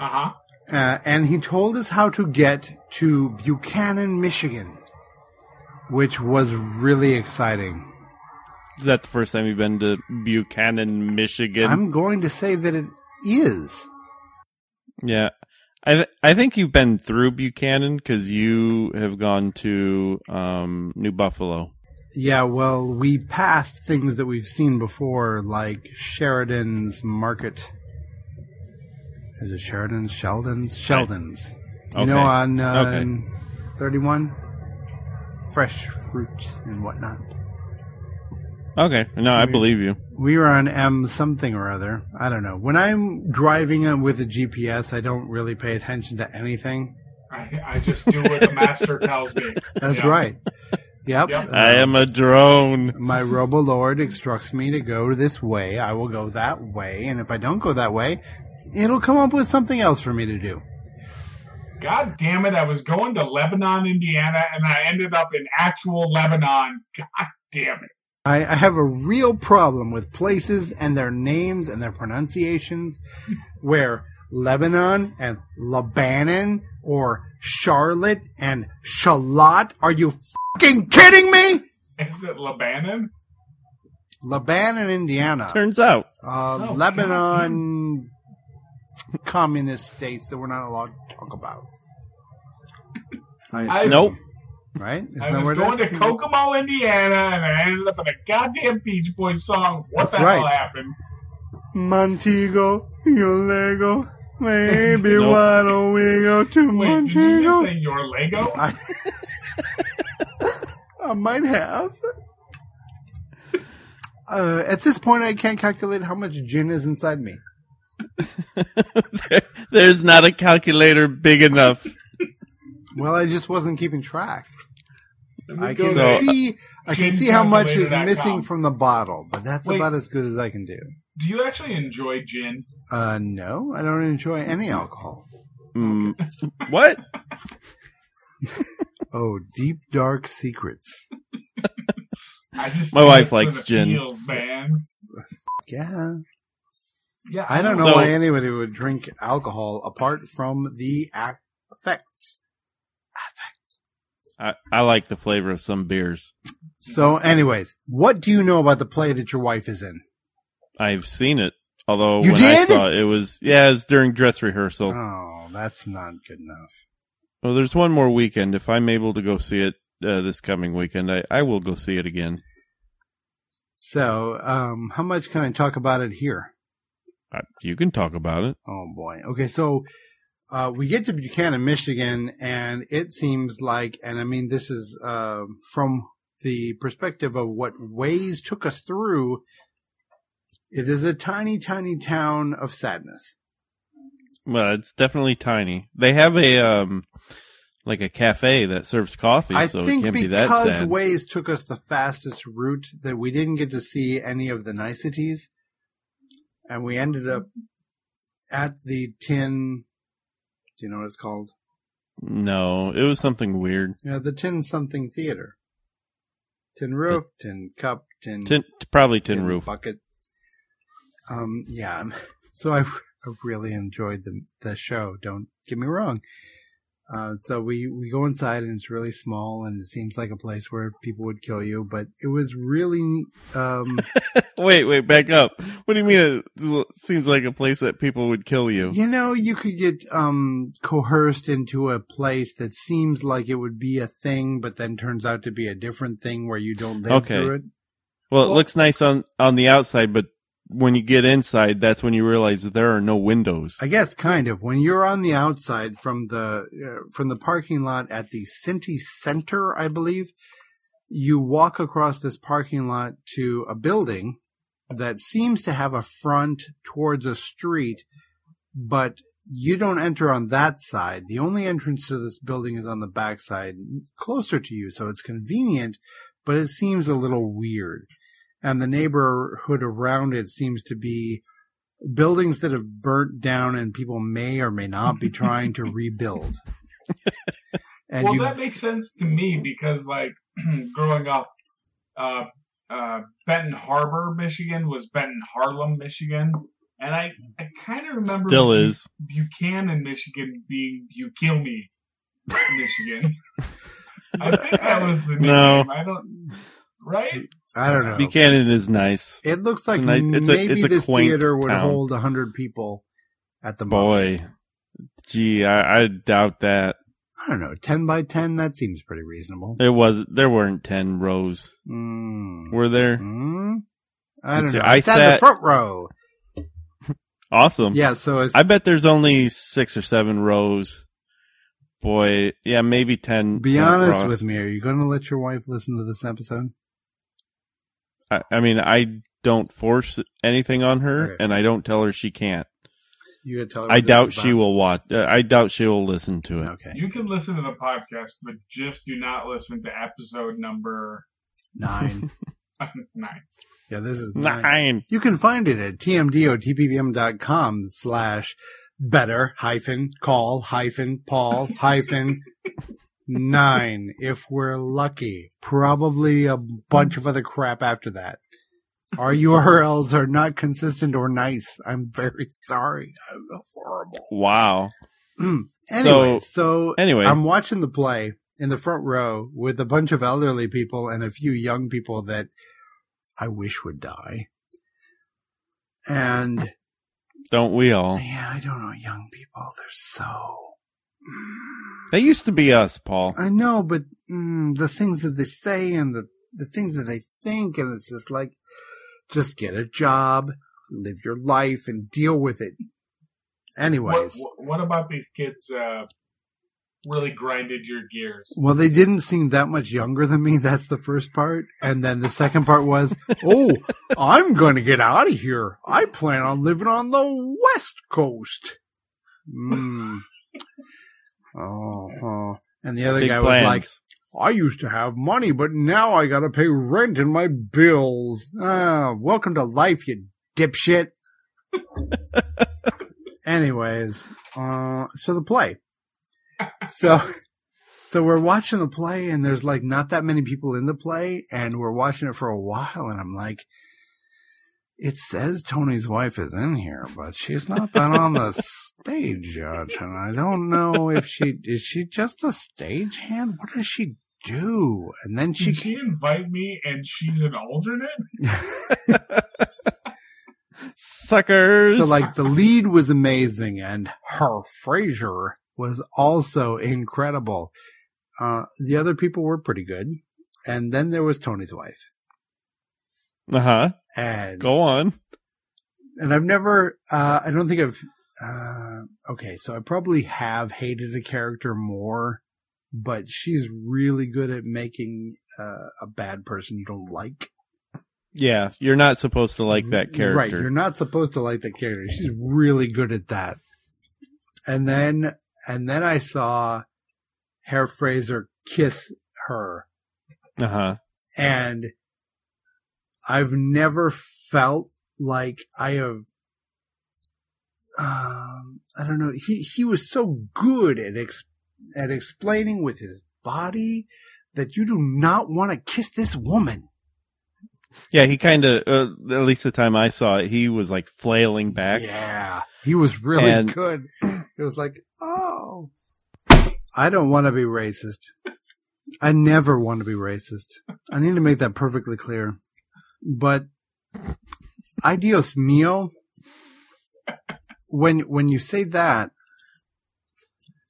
Uh huh. uh, and he told us how to get to Buchanan, Michigan, which was really exciting. Is that the first time you've been to Buchanan, Michigan? I'm going to say that it is. Yeah, I th- I think you've been through Buchanan because you have gone to um, New Buffalo. Yeah, well, we passed things that we've seen before, like Sheridan's Market. Is it Sheridan's? Sheldon's? Sheldon's. You know, Okay. on uh, Okay. 31? Fresh fruit and whatnot. Okay, no, I Weird. believe you. We were on M something or other. I don't know. When I'm driving uh, with a GPS, I don't really pay attention to anything. I, I just do what the master tells me. <laughs> That's Yeah. right. Yep. Yep. I am a drone. My robo lord instructs me to go this way. I will go that way, and if I don't go that way, it'll come up with something else for me to do. God damn it, I was going to Lebanon, Indiana, and I ended up in actual Lebanon. <laughs> God damn it. I, I have a real problem with places and their names and their pronunciations, where Lebanon and Lebanon or Charlotte and Shalot. Are you fucking kidding me? Is it Lebanon? Lebanon, Indiana, Turns out. uh, Oh, Lebanon, communist states that we're not allowed to talk about. I I- assume, Nope. right? Isn't I that was where it going is? to Kokomo, Indiana, and I ended up in a goddamn Beach Boys song. What That's the hell right. happened? Montego, your Lego. <laughs> Maybe Nope. why don't we go to Wait, did you just Montego? say your Lego? I, I might have. Uh, at this point, I can't calculate how much gin is inside me. There- <laughs> there's not a calculator big enough. Well, I just wasn't keeping track. I Go can So- to- see, I can see how much is missing from the bottle, but that's Wait. about as good as I can do. Do you actually enjoy gin? Uh, no, I don't enjoy any alcohol. Mm, what? Oh, deep dark secrets. I just My do wife it for likes the gin. feels, man. Yeah, Yeah, I don't know So- why anybody would drink alcohol apart from the ac- effects. I, I like the flavor of some beers. So, anyways, what do you know about the play that your wife is in? I've seen it. Although You when I did? saw it, it was yeah, it was during dress rehearsal. Oh, that's not good enough. Well, there's one more weekend. If I'm able to go see it uh, this coming weekend, I, I will go see it again. So, um, how much can I talk about it here? I, you can talk about it. Oh boy. Okay, so uh, we get to Buchanan, Michigan, and it seems like, and I mean, this is uh, from the perspective of what Waze took us through. It is a tiny, tiny town of sadness. Well, it's definitely tiny. They have a um, like a cafe that serves coffee, I so it think can't be that because sad. Waze took us the fastest route that we didn't get to see any of the niceties, and we ended up at the tin. Do you know what it's called? no, it was something weird. Yeah, the tin something theater. Tin roof, tin cup, tin Tin, probably tin, roof. bucket. Um, yeah. I'm- <laughs> So I, I really enjoyed the the show. Don't get me wrong. Uh, so we we go inside and it's really small and it seems like a place where people would kill you, but it was really <laughs> um Wait, wait, back up. What do you mean? It seems like a place that people would kill you. you know you could get um coerced into a place that seems like it would be a thing, but then turns out to be a different thing where you don't live Okay. through it. Well, it Well- looks nice on on the outside, but when you get inside, that's when you realize that there are no windows. I guess kind of when you're on the outside from the uh, from the parking lot at the Cinti Center, I believe, you walk across this parking lot to a building that seems to have a front towards a street, but you don't enter on that side. The only entrance to this building is on the back side, closer to you, so it's convenient, but it seems a little weird. And the neighborhood around it seems to be buildings that have burnt down and people may or may not be trying <laughs> to rebuild. And well, you, that makes sense to me because, like, <clears throat> growing up, uh, uh, Benton Harbor, Michigan was Benton Harlem, Michigan, and I, I kind of remember Still Bu- is. Buchanan, Michigan being Bukilme, Michigan. <laughs> I think that was the No. nickname. I don't. Right? I don't know. Buchanan is nice. it looks like a nice- it's a- maybe it's a this quaint theater would town. hold hold hundred people at the most. Boy, gee, I, I doubt that. I don't know. Ten by ten. That seems pretty reasonable. There was there weren't ten rows. Mm. Were there? Hmm? I don't Let's see, know. I it's at the sat- front row. Awesome. Yeah. So it's, I bet there's only six or seven rows. Boy, yeah, maybe ten. be 10 honest across. with me. Are you going to let your wife listen to this episode? I, I mean, I don't force anything on her, Okay. and I don't tell her she can't. You gotta tell her. I what this doubt is she about. will watch. Uh, I doubt she will listen to it. Okay. You can listen to the podcast, but just do not listen to episode number <laughs> Nine. <laughs> nine. Yeah. This is nine. Nine. You can find it at tmdotpbm.com slash better hyphen call hyphen Paul hyphen nine. If we're lucky, probably a bunch of other crap after that. Our URLs are not consistent or nice. I'm very sorry. I'm horrible. Wow. anyway, so Anyway, I'm watching the play in the front row with a bunch of elderly people and a few young people that I wish would die. And don't we all? yeah, I don't know, young people, they're so. mm, They used to be us, Paul. I know, but mm, the things that they say and the, the things that they think, and it's just like, just get a job, live your life, and deal with it. What, Anyways. what, what about these kids uh, really grinded your gears? Well, they didn't seem that much younger than me. That's the first part. And then the second part was, oh, I'm going to get out of here. I plan on living on the West Coast. Mm. Oh, huh. and the other Big guy plans. was like, I used to have money, but now I got to pay rent and my bills. Ah, welcome to life, you dipshit. Anyways, uh, so the play. So, <laughs> so we're watching the play and there's like not that many people in the play and we're watching it for a while and I'm like, it says Tony's wife is in here, but she's not been on the stage yet. And I don't know if she, is she just a stagehand? What does she do? And then <laughs> Did she, she invite me and she's an alternate? Suckers. So like the lead was amazing and her Frazier was also incredible. Uh, the other people were pretty good. And then there was Tony's wife. uh huh. And, Go on. and I've never, uh, I don't think I've, uh, okay. So I probably have hated a character more, but she's really good at making, uh, a bad person you don't like. Yeah, you're not supposed to like that character. Right. Mm-hmm. You're not supposed to like that character. She's really good at that. And then, and then I saw Herr Fraser kiss her Uh huh. and I've never felt like I have, um, I don't know. He, he was so good at, ex, at explaining with his body that you do not want to kiss this woman. Yeah, he kind of, uh, at least the time I saw it, he was like flailing back. Yeah, he was really And- good. <clears throat> It was like, oh, I don't want to be racist. I never want to be racist. I need to make that perfectly clear. But ideos mio. When when you say that,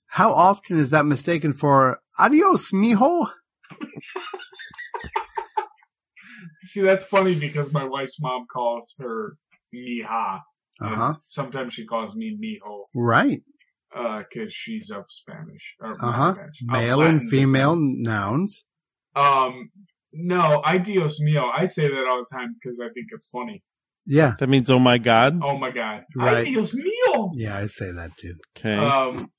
how often is that mistaken for adios mijo? See, that's funny because my wife's mom calls her Miha. Uh and huh. Sometimes she calls me Miho Right. because she's of Spanish. or not Uh-huh. Spanish, of Male Latin and descent. female nouns. Um, no, I Dios mío. I say that all the time because I think it's funny. Yeah. That means, oh my God. Oh my god, I Right. Dios mío. Yeah, I say that too. Okay. oh, <laughs> Um,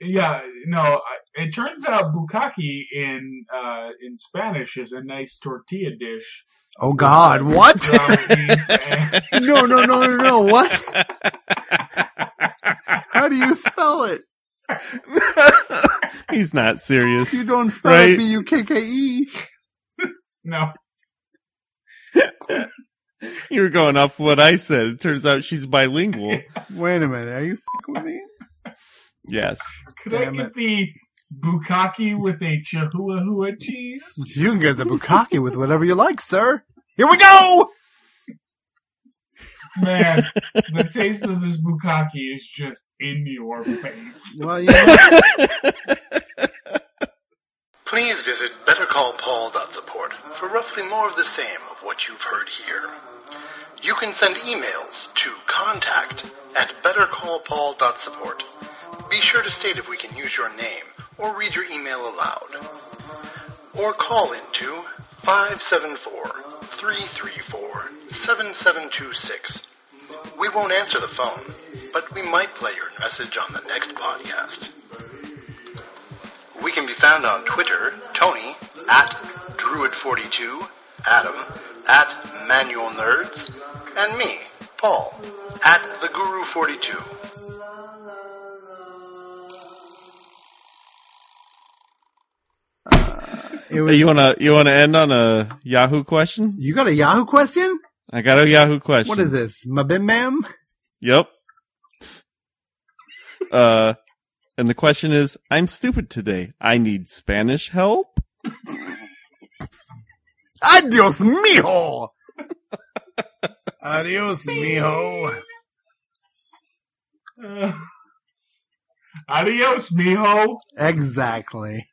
yeah, no. I- It turns out bukkake in uh, in Spanish is a nice tortilla dish. Oh God, what? <laughs> Brown beans <laughs> and- no, no, no, no, no. What? eh, How do you spell it? <laughs> He's not serious. You don't spell Right. it B U K K E. no, You were going off what I said. It turns out she's bilingual. Wait a minute. Are you fucking with me? Yes. could Damn I get the bukkake with a chihuahua cheese? You can get the bukkake with whatever you like, sir. Here we go. Man, the taste of this bukkake is just in your face. Well, you know, Please visit bettercallpaul.support for roughly more of the same of what you've heard here. You can send emails to contact at bettercallpaul.support. Be sure to state if we can use your name or read your email aloud. Or call into 574 334 7726. We won't answer the phone, but we might play your message on the next podcast. We can be found on Twitter, Tony, at Druid42, Adam, at Manual Nerds, and me, Paul, at The Guru42. <laughs> it Hey, was, you wanna you wanna end on a Yahoo question? you got a Yahoo question? I got a Yahoo question. What is this? Mabim ma'am? Yep. Uh, And the question is, I'm stupid today. I need Spanish help. Adios, mijo. Adios, mijo. Uh, adios, mijo. Exactly.